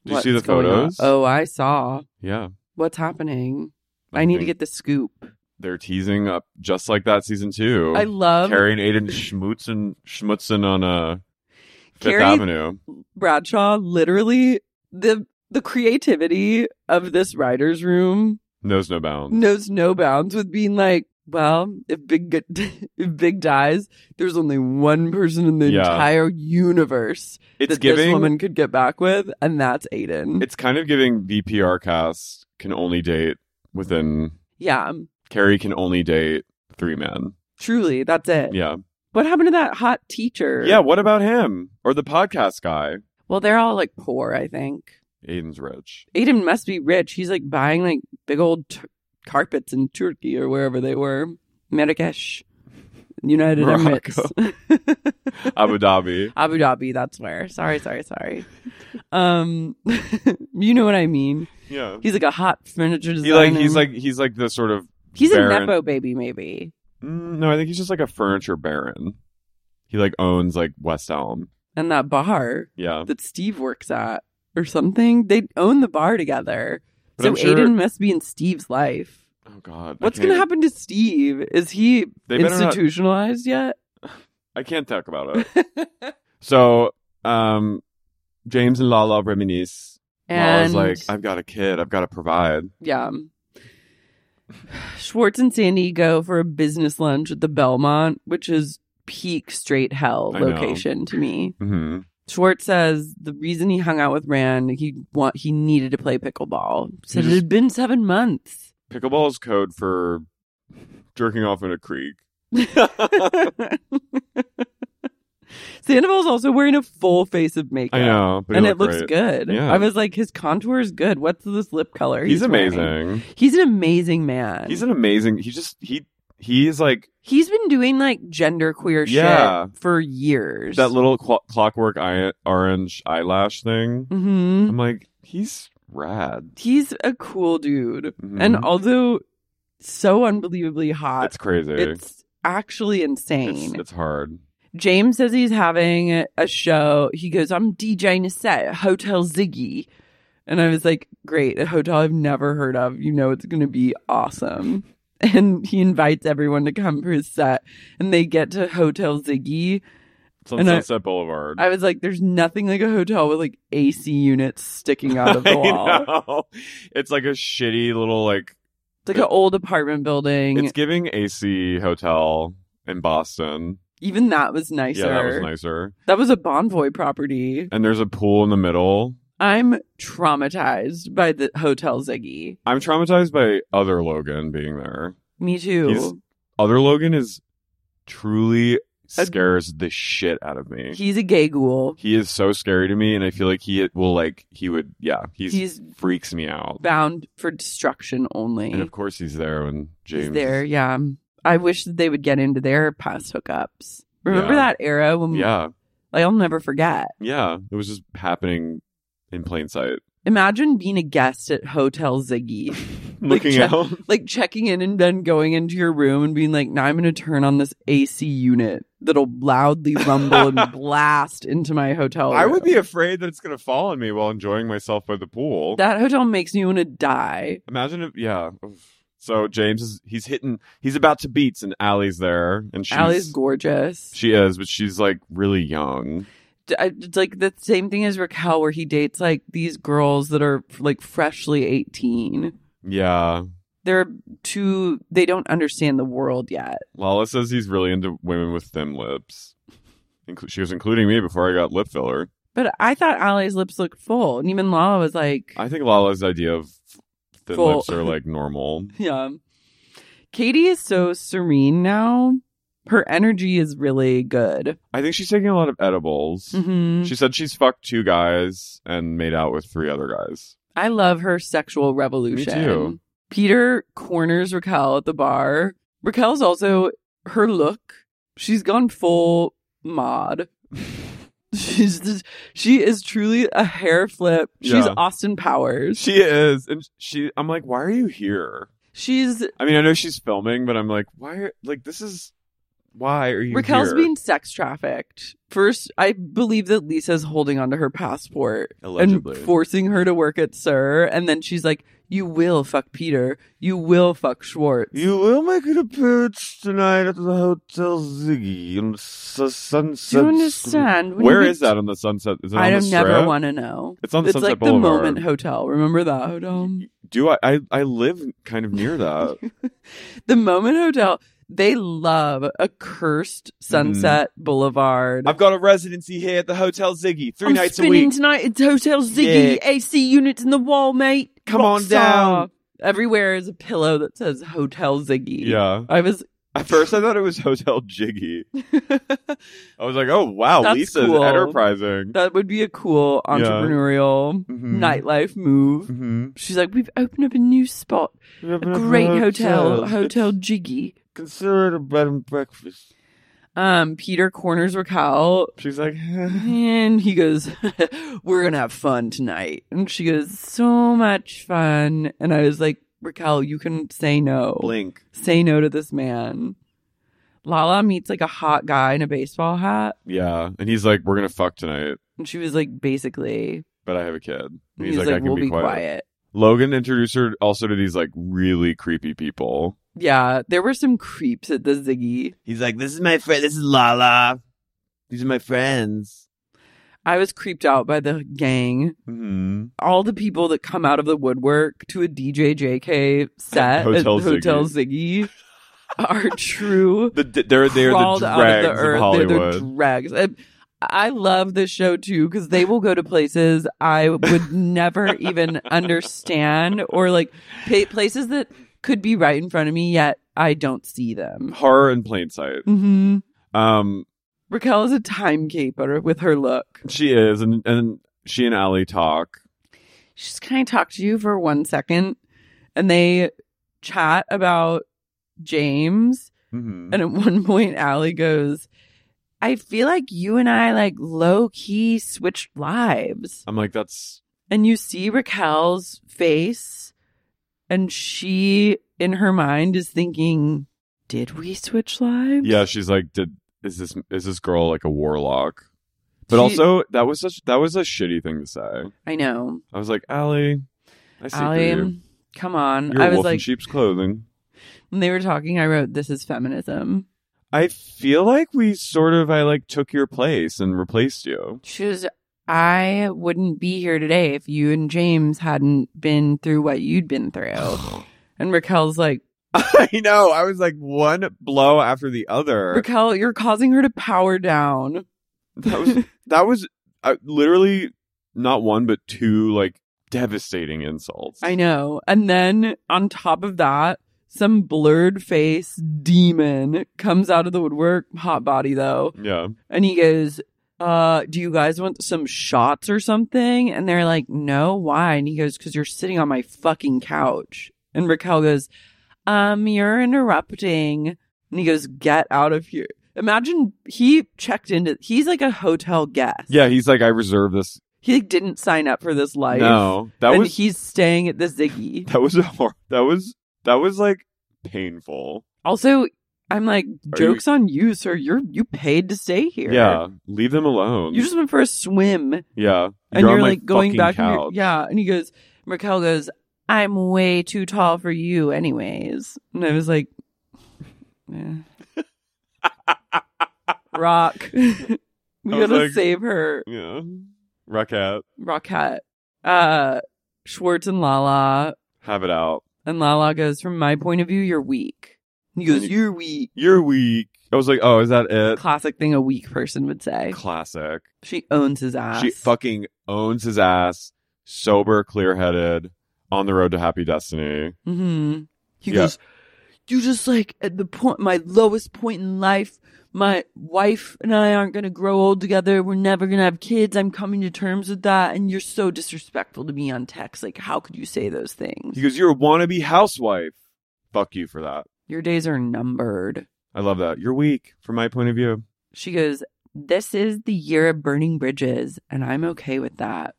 Speaker 2: Did you see the
Speaker 6: What's going on?
Speaker 2: photos?
Speaker 6: Oh, I saw.
Speaker 2: yeah.
Speaker 6: What's happening? I need to
Speaker 2: think
Speaker 6: get the scoop.
Speaker 2: They're teasing up just like that season two.
Speaker 6: I love
Speaker 2: Carrie and Aiden schmutzing, schmutzing on uh, Fifth
Speaker 6: Carrie-
Speaker 2: Avenue.
Speaker 6: Bradshaw. Literally, the the creativity of this writers' room
Speaker 2: Knows no bounds.
Speaker 6: knows no bounds with being like, well, if Big g- if Big dies, there's only one person in the
Speaker 2: Yeah.
Speaker 6: entire universe
Speaker 2: It's
Speaker 6: that this
Speaker 2: giving.
Speaker 6: woman could get back with, and that's Aiden.
Speaker 2: It's kind of giving VPR cast can only date within.
Speaker 6: yeah,
Speaker 2: Carrie can only date three men.
Speaker 6: truly, that's it.
Speaker 2: Yeah.
Speaker 6: What happened to that hot teacher?
Speaker 2: Yeah. What about him or the podcast guy?
Speaker 6: Well, they're all like poor, I think.
Speaker 2: Aiden's rich.
Speaker 6: Aiden must be rich. He's like buying like big old t- carpets in Turkey or wherever they were. Marrakesh, United Emirates,
Speaker 2: Abu Dhabi.
Speaker 6: Abu Dhabi. That's where. Sorry, sorry, sorry. Um, you know what I mean.
Speaker 2: Yeah.
Speaker 6: He's like a hot furniture
Speaker 2: He
Speaker 6: designer.
Speaker 2: like he's like he's like the sort of
Speaker 6: he's a
Speaker 2: barren-
Speaker 6: nepo baby, maybe,
Speaker 2: Mm, no, I think he's just like a furniture baron. He like owns like West Elm.
Speaker 6: and that bar
Speaker 2: Yeah.
Speaker 6: that Steve works at or something. They own the bar together.
Speaker 2: But
Speaker 6: so
Speaker 2: I'm sure-
Speaker 6: Aiden must be in Steve's life.
Speaker 2: Oh God. I
Speaker 6: What's going to
Speaker 2: can't-
Speaker 6: happen to Steve? Is he
Speaker 2: They better not-
Speaker 6: institutionalized yet?
Speaker 2: I can't talk about it. so, um, James and Lala reminisce.
Speaker 6: and
Speaker 2: Lala's like, I've got a kid. I've got to provide.
Speaker 6: yeah. Schwartz and Sandy go for a business lunch at the Belmont, which is peak straight hell
Speaker 2: I know.
Speaker 6: location to me.
Speaker 2: Mm-hmm.
Speaker 6: Schwartz says the reason he hung out with Rand, he want he needed to play pickleball. Said
Speaker 2: He
Speaker 6: it
Speaker 2: just-
Speaker 6: had been seven months.
Speaker 2: Pickleball is code for jerking off in a creek.
Speaker 6: Sandoval's also wearing a full face of makeup.
Speaker 2: I know, but he
Speaker 6: and it
Speaker 2: looked
Speaker 6: looks
Speaker 2: great.
Speaker 6: good.
Speaker 2: Yeah.
Speaker 6: I was like, his contour is good. What's this lip color?
Speaker 2: He's,
Speaker 6: wearing?
Speaker 2: amazing.
Speaker 6: He's an amazing man.
Speaker 2: He's an amazing. He just he he's like
Speaker 6: He's been doing like genderqueer
Speaker 2: Yeah.
Speaker 6: shit for years.
Speaker 2: that little clo- clockwork eye, orange eyelash thing.
Speaker 6: hmm
Speaker 2: I'm like he's rad.
Speaker 6: He's a cool dude,
Speaker 2: Mhm.
Speaker 6: and although so unbelievably hot,
Speaker 2: It's crazy.
Speaker 6: it's, actually insane.
Speaker 2: it's, it's hard.
Speaker 6: James says he's having a show. He goes, I'm DJing a set at Hotel Ziggy. And I was like, great, a hotel I've never heard of. You know, it's going to be awesome. And he invites everyone to come for his set. And they get to Hotel Ziggy.
Speaker 2: It's on
Speaker 6: And I-
Speaker 2: Sunset Boulevard.
Speaker 6: I was like, there's nothing like a hotel with like AC units sticking out of the
Speaker 2: I
Speaker 6: wall.
Speaker 2: know. It's like a shitty little like
Speaker 6: It's like an old apartment building.
Speaker 2: it's giving AC hotel in Boston.
Speaker 6: Even that was nicer.
Speaker 2: Yeah, that was nicer.
Speaker 6: That was a Bonvoy property.
Speaker 2: And there's a pool in the middle.
Speaker 6: I'm traumatized by the Hotel Ziggy.
Speaker 2: I'm traumatized by other Logan being there.
Speaker 6: Me too.
Speaker 2: He's- Other Logan is truly scares the shit out of me.
Speaker 6: He's a gay ghoul.
Speaker 2: He is so scary to me, and I feel like he will like he would yeah he's,
Speaker 6: He's
Speaker 2: freaks me out.
Speaker 6: bound for destruction only.
Speaker 2: And of course he's there when James
Speaker 6: He's there, yeah. I wish that they would get into their past hookups. Remember
Speaker 2: Yeah.
Speaker 6: that era when
Speaker 2: Yeah,
Speaker 6: like, I'll never forget.
Speaker 2: yeah. It was just happening in plain sight,
Speaker 6: Imagine being a guest at Hotel Ziggy,
Speaker 2: looking
Speaker 6: check-
Speaker 2: out.
Speaker 6: like checking in and then going into your room and being like, "Now I'm going to turn on this AC unit that'll loudly rumble and blast into my hotel."
Speaker 2: I would
Speaker 6: room."
Speaker 2: be afraid that it's going to fall on me while enjoying myself by the pool.
Speaker 6: That hotel makes me want to die.
Speaker 2: Imagine if, yeah. Oof. So James is he's hitting he's about to beats and Allie's there and she's
Speaker 6: Allie's gorgeous.
Speaker 2: she is, but she's like really young.
Speaker 6: d- I- it's like the same thing as Raquel, where he dates like these girls that are like freshly 18.
Speaker 2: Yeah.
Speaker 6: They're too, they don't understand the world yet.
Speaker 2: Lala says he's really into women with thin lips. Inclu- she was including me before I got lip filler.
Speaker 6: But I thought Ali's lips looked full. And even Lala was like,
Speaker 2: I think Lala's idea of thin
Speaker 6: Full.
Speaker 2: lips are like normal.
Speaker 6: yeah. Katie is so serene now. Her energy is really good.
Speaker 2: I think she's taking a lot of edibles.
Speaker 6: hmm
Speaker 2: She said she's fucked two guys and made out with three other guys.
Speaker 6: I love her sexual revolution.
Speaker 2: too.
Speaker 6: Peter corners Raquel at the bar. Raquel's also her look. She's gone full mod. She's just, she is truly a hair flip. She's
Speaker 2: Yeah.
Speaker 6: Austin Powers.
Speaker 2: She is, and she. I'm like, why are you here?
Speaker 6: She's
Speaker 2: I mean, I know she's filming, but I'm like, why? Are, like, this is why are you?
Speaker 6: Raquel's
Speaker 2: here?
Speaker 6: being sex trafficked. First, I believe that Lisa's holding onto her passport
Speaker 2: Allegedly.
Speaker 6: and forcing her to work at Sir, and then she's like, "You will fuck Peter. You will fuck Schwartz."
Speaker 2: You will make an appearance tonight at the Hotel Ziggy on the Sunset.
Speaker 6: Do you understand? When
Speaker 2: Where
Speaker 6: you
Speaker 2: is
Speaker 6: get-
Speaker 2: that on the Sunset? Is it on
Speaker 6: I
Speaker 2: the
Speaker 6: don't never
Speaker 2: Strip?
Speaker 6: want to know.
Speaker 2: It's on the
Speaker 6: it's
Speaker 2: Sunset
Speaker 6: like the
Speaker 2: Boulevard.
Speaker 6: Moment Hotel. Remember that hotel?
Speaker 2: Do I, I? I live kind of near that.
Speaker 6: The Moment Hotel. They love a cursed Sunset Boulevard.
Speaker 2: Mm-hmm. I've got a residency here at the Hotel Ziggy, 3
Speaker 6: I'm
Speaker 2: nights a
Speaker 6: spinning
Speaker 2: week.
Speaker 6: tonight. It's Hotel Ziggy. AC units in the wall, mate.
Speaker 2: Come on
Speaker 6: Rockstar.
Speaker 2: down.
Speaker 6: Everywhere is a pillow that says Hotel Ziggy.
Speaker 2: Yeah.
Speaker 6: I was.
Speaker 2: At first, I thought it was Hotel Jiggy. I was like, oh wow,
Speaker 6: That's
Speaker 2: Lisa's
Speaker 6: cool.
Speaker 2: enterprising.
Speaker 6: That would be a cool entrepreneurial
Speaker 2: Mhm.
Speaker 6: nightlife move.
Speaker 2: mm-hmm.
Speaker 6: She's like, we've opened up a new spot, a great hotel, Hotel Jiggy.
Speaker 2: Consider it a bed and breakfast.
Speaker 6: Um, Peter corners Raquel
Speaker 2: She's like,
Speaker 6: And he goes, We're going to have fun tonight. And she goes, So much fun. And I was like, Raquel, you can say no.
Speaker 2: blink.
Speaker 6: Say no to this man. Lala meets like a hot guy in a baseball hat.
Speaker 2: Yeah, and he's like, we're gonna fuck tonight,
Speaker 6: And she was like, Basically,
Speaker 2: but I have a kid. And
Speaker 6: he
Speaker 2: he's,
Speaker 6: was
Speaker 2: like, I can
Speaker 6: We'll
Speaker 2: be, quiet.
Speaker 6: quiet.
Speaker 2: Logan introduced her also to these like really creepy people.
Speaker 6: Yeah, there were some creeps at the Ziggy.
Speaker 8: He's like, this is my friend. This is Lala. These are my friends.
Speaker 6: I was creeped out by the gang.
Speaker 2: Mm-hmm.
Speaker 6: all the people that come out of the woodwork to a DJ JK set at
Speaker 2: Hotel
Speaker 6: Hotel,
Speaker 2: Ziggy.
Speaker 6: Ziggy are true.
Speaker 2: The, they're they're the
Speaker 6: crawled
Speaker 2: dregs
Speaker 6: out of the
Speaker 2: of,
Speaker 6: earth. They're
Speaker 2: Hollywood.
Speaker 6: the dregs. I, I love this show too because they will go to places I would never even understand or like pa- places that could be right in front of me, yet I don't see them.
Speaker 2: Horror in plain sight.
Speaker 6: Mm-hmm.
Speaker 2: Um,
Speaker 6: Raquel is a timekeeper with her look.
Speaker 2: she is, and and she and Allie talk.
Speaker 6: She's kind of talk to you for one second, and they chat about James.
Speaker 2: Mm-hmm.
Speaker 6: And at one point, Allie goes, "I feel like you and I like low key switched lives."
Speaker 2: I'm like, that's
Speaker 6: and you see Raquel's face, and she in her mind is thinking, "Did we switch lives?"
Speaker 2: yeah. She's like, did is this is this girl like a warlock? But
Speaker 6: She-
Speaker 2: also, that was such that was a shitty thing to say.
Speaker 6: I know,
Speaker 2: I was like, Allie, I see through you.
Speaker 6: Allie. Come on,
Speaker 2: You're a
Speaker 6: I was
Speaker 2: wolf in
Speaker 6: like,
Speaker 2: sheep's clothing.
Speaker 6: when they were talking, I wrote, "This is feminism."
Speaker 2: I feel like we sort of I like took your place and replaced you.
Speaker 6: She was, "I wouldn't be here today if you and James hadn't been through what you'd been through." and Raquel's like,
Speaker 2: I know. I was like one blow after the other.
Speaker 6: "Raquel, you're causing her to power down."
Speaker 2: That was that was uh, literally not one but two like devastating insults.
Speaker 6: I know. And then on top of that, some blurred face demon comes out of the woodwork, hot body though,
Speaker 2: Yeah.
Speaker 6: and he goes, uh, do you guys want some shots or something? And they're like, no, why? And he goes, because you're sitting on my fucking couch. And Raquel goes, um, you're interrupting. And he goes, get out of here. Imagine he checked into, he's like a hotel guest.
Speaker 2: Yeah, he's like I reserve this.
Speaker 6: He like, didn't sign up for this life.
Speaker 2: No. That
Speaker 6: and
Speaker 2: was
Speaker 6: he's staying at the Ziggy.
Speaker 2: that was a hor- that was that was like painful.
Speaker 6: Also, I'm like,
Speaker 2: Are
Speaker 6: jokes on you, sir. You're you paid to stay here.
Speaker 2: Yeah, leave them alone.
Speaker 6: You just went for a swim and
Speaker 2: yeah.
Speaker 6: you're,
Speaker 2: on my
Speaker 6: like going
Speaker 2: fucking
Speaker 6: back. and you're-
Speaker 2: couch.
Speaker 6: yeah. And he goes, Raquel goes, I'm way too tall for you, anyways. And I was like, eh. Rock. we
Speaker 2: was
Speaker 6: gotta
Speaker 2: like-
Speaker 6: save her.
Speaker 2: Yeah. Raquette,
Speaker 6: Rockette. Uh, Schwartz and Lala.
Speaker 2: have it out.
Speaker 6: And Lala goes, From my point of view, you're weak. And he goes,
Speaker 2: And-
Speaker 6: You're weak.
Speaker 2: You're weak. I was like, "Oh, is that it?"
Speaker 6: Classic thing a weak person would say.
Speaker 2: Classic.
Speaker 6: She owns his ass.
Speaker 2: She fucking owns his ass. Sober, clear-headed, on the road to happy destiny.
Speaker 6: hmm He
Speaker 2: Yeah.
Speaker 6: goes, You just like at the point, my lowest point in life, my wife and I aren't going to grow old together. We're never going to have kids. I'm coming to terms with that. And you're so disrespectful to me on text. Like, how could you say those
Speaker 2: He
Speaker 6: things?
Speaker 2: goes, "You're a wannabe housewife." Fuck you for that.
Speaker 6: Your days are numbered.
Speaker 2: I love that. You're weak from my point of view.
Speaker 6: She goes, This is the year of burning bridges. And I'm okay with that.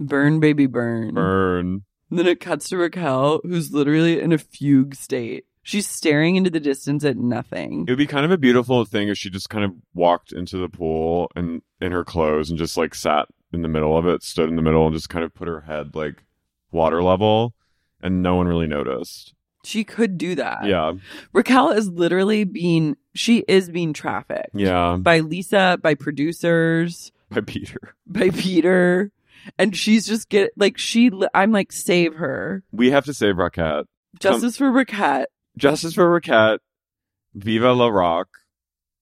Speaker 6: Burn, baby,
Speaker 2: Burn.
Speaker 6: Then it cuts to Raquel, who's literally in a fugue state. She's staring into the distance at nothing.
Speaker 2: It would be kind of a beautiful thing if she just kind of walked into the pool and in her clothes and just like sat in the middle of it, stood in the middle and just kind of put her head like water level and no one really noticed.
Speaker 6: She could do that.
Speaker 2: Yeah.
Speaker 6: Raquel is literally being, she is being trafficked
Speaker 2: Yeah.
Speaker 6: by Lisa, by producers,
Speaker 2: By Peter.
Speaker 6: by Peter. And she's just get like, she, li- I'm like, save her.
Speaker 2: We have to save Raquette.
Speaker 6: Justice for Raquette.
Speaker 2: Justice for Raquette. Viva La Rock.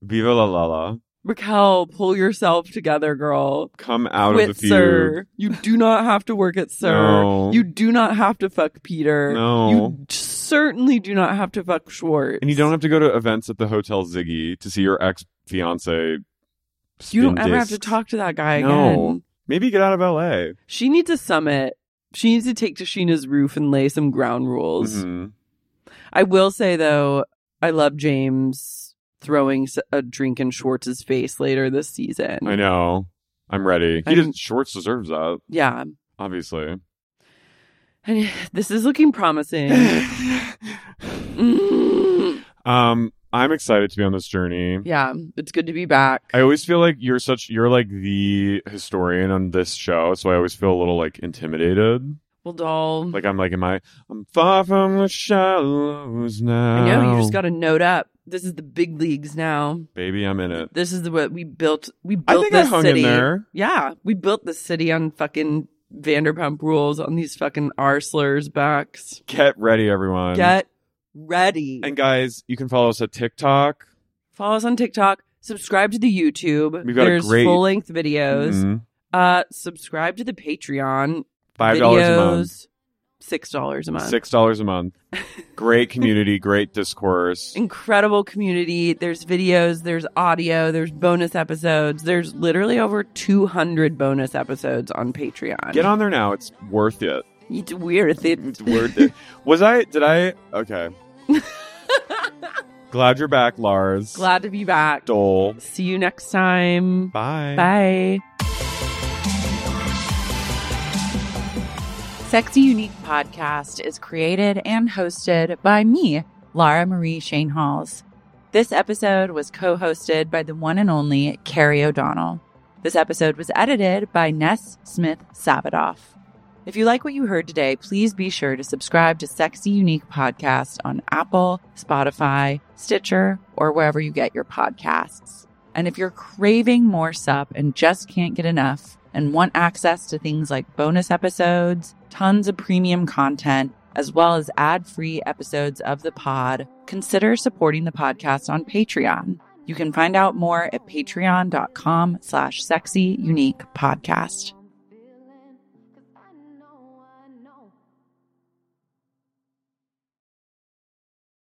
Speaker 2: Viva La La La.
Speaker 6: Raquel, pull yourself together, girl.
Speaker 2: Come out
Speaker 6: Quit,
Speaker 2: of the feud.
Speaker 6: sir. You do not have to work at Sir.
Speaker 2: No.
Speaker 6: You do not have to fuck Peter.
Speaker 2: No.
Speaker 6: You certainly do not have to fuck Schwartz.
Speaker 2: And you don't have to go to events at the Hotel Ziggy to see your ex fiance.
Speaker 6: You don't ever have to talk to that guy
Speaker 2: No.
Speaker 6: again.
Speaker 2: Maybe get out of LA.
Speaker 6: She needs a summit. She needs to take to Sheena's roof and lay some ground rules.
Speaker 2: Mhm.
Speaker 6: I will say though, I love James throwing s- a drink in Schwartz's face later this season.
Speaker 2: I know. I'm ready. He
Speaker 6: I'm-
Speaker 2: does Schwartz deserves that,
Speaker 6: Yeah,
Speaker 2: obviously.
Speaker 6: and this is looking promising. Mm.
Speaker 2: um, I'm excited to be on this journey.
Speaker 6: Yeah, it's good to be back.
Speaker 2: I always feel like you're such you're like the historian on this show, so I always feel a little like intimidated.
Speaker 6: well, doll.
Speaker 2: Like I'm like, am I? I'm far from the shallows now.
Speaker 6: I know you just got to note up. This is the big leagues now.
Speaker 2: baby. I'm in it.
Speaker 6: This is the what we built. We
Speaker 2: I
Speaker 6: built
Speaker 2: think I
Speaker 6: this
Speaker 2: hung
Speaker 6: city.
Speaker 2: in there.
Speaker 6: Yeah, we built the city on fucking Vanderpump Rules on these fucking arslers backs.
Speaker 2: Get ready, everyone.
Speaker 6: Get ready.
Speaker 2: and guys, you can follow us at TikTok.
Speaker 6: Follow us on TikTok. Subscribe to the YouTube.
Speaker 2: We've got a
Speaker 6: There's
Speaker 2: great-
Speaker 6: full length videos.
Speaker 2: Mhm.
Speaker 6: Uh, subscribe to the Patreon.
Speaker 2: Five dollars a month.
Speaker 6: Videos, Six dollars a month.
Speaker 2: Six dollars a month. Great community, great discourse.
Speaker 6: incredible community. There's videos, there's audio, there's bonus episodes. There's literally over 200 bonus episodes on Patreon.
Speaker 2: Get on there now. It's worth it.
Speaker 6: It's weird.
Speaker 2: It's worth it. Was I? Did I? Okay. Glad you're back, Lars.
Speaker 6: Glad to be back.
Speaker 2: Dole.
Speaker 6: See you next time.
Speaker 2: Bye.
Speaker 6: Bye.
Speaker 3: Sexy Unique podcast is created and hosted by me, Lara Marie Shane Halls. This episode was co hosted by the one and only Carrie O'Donnell. This episode was edited by Ness Smith Savadoff. If you like what you heard today, please be sure to subscribe to Sexy Unique Podcast on Apple, Spotify, Stitcher, or wherever you get your podcasts. And if you're craving more sup and just can't get enough and want access to things like bonus episodes, tons of premium content, as well as ad free episodes of the pod, consider supporting the podcast on Patreon. You can find out more at patreon.com slash sexy unique podcast.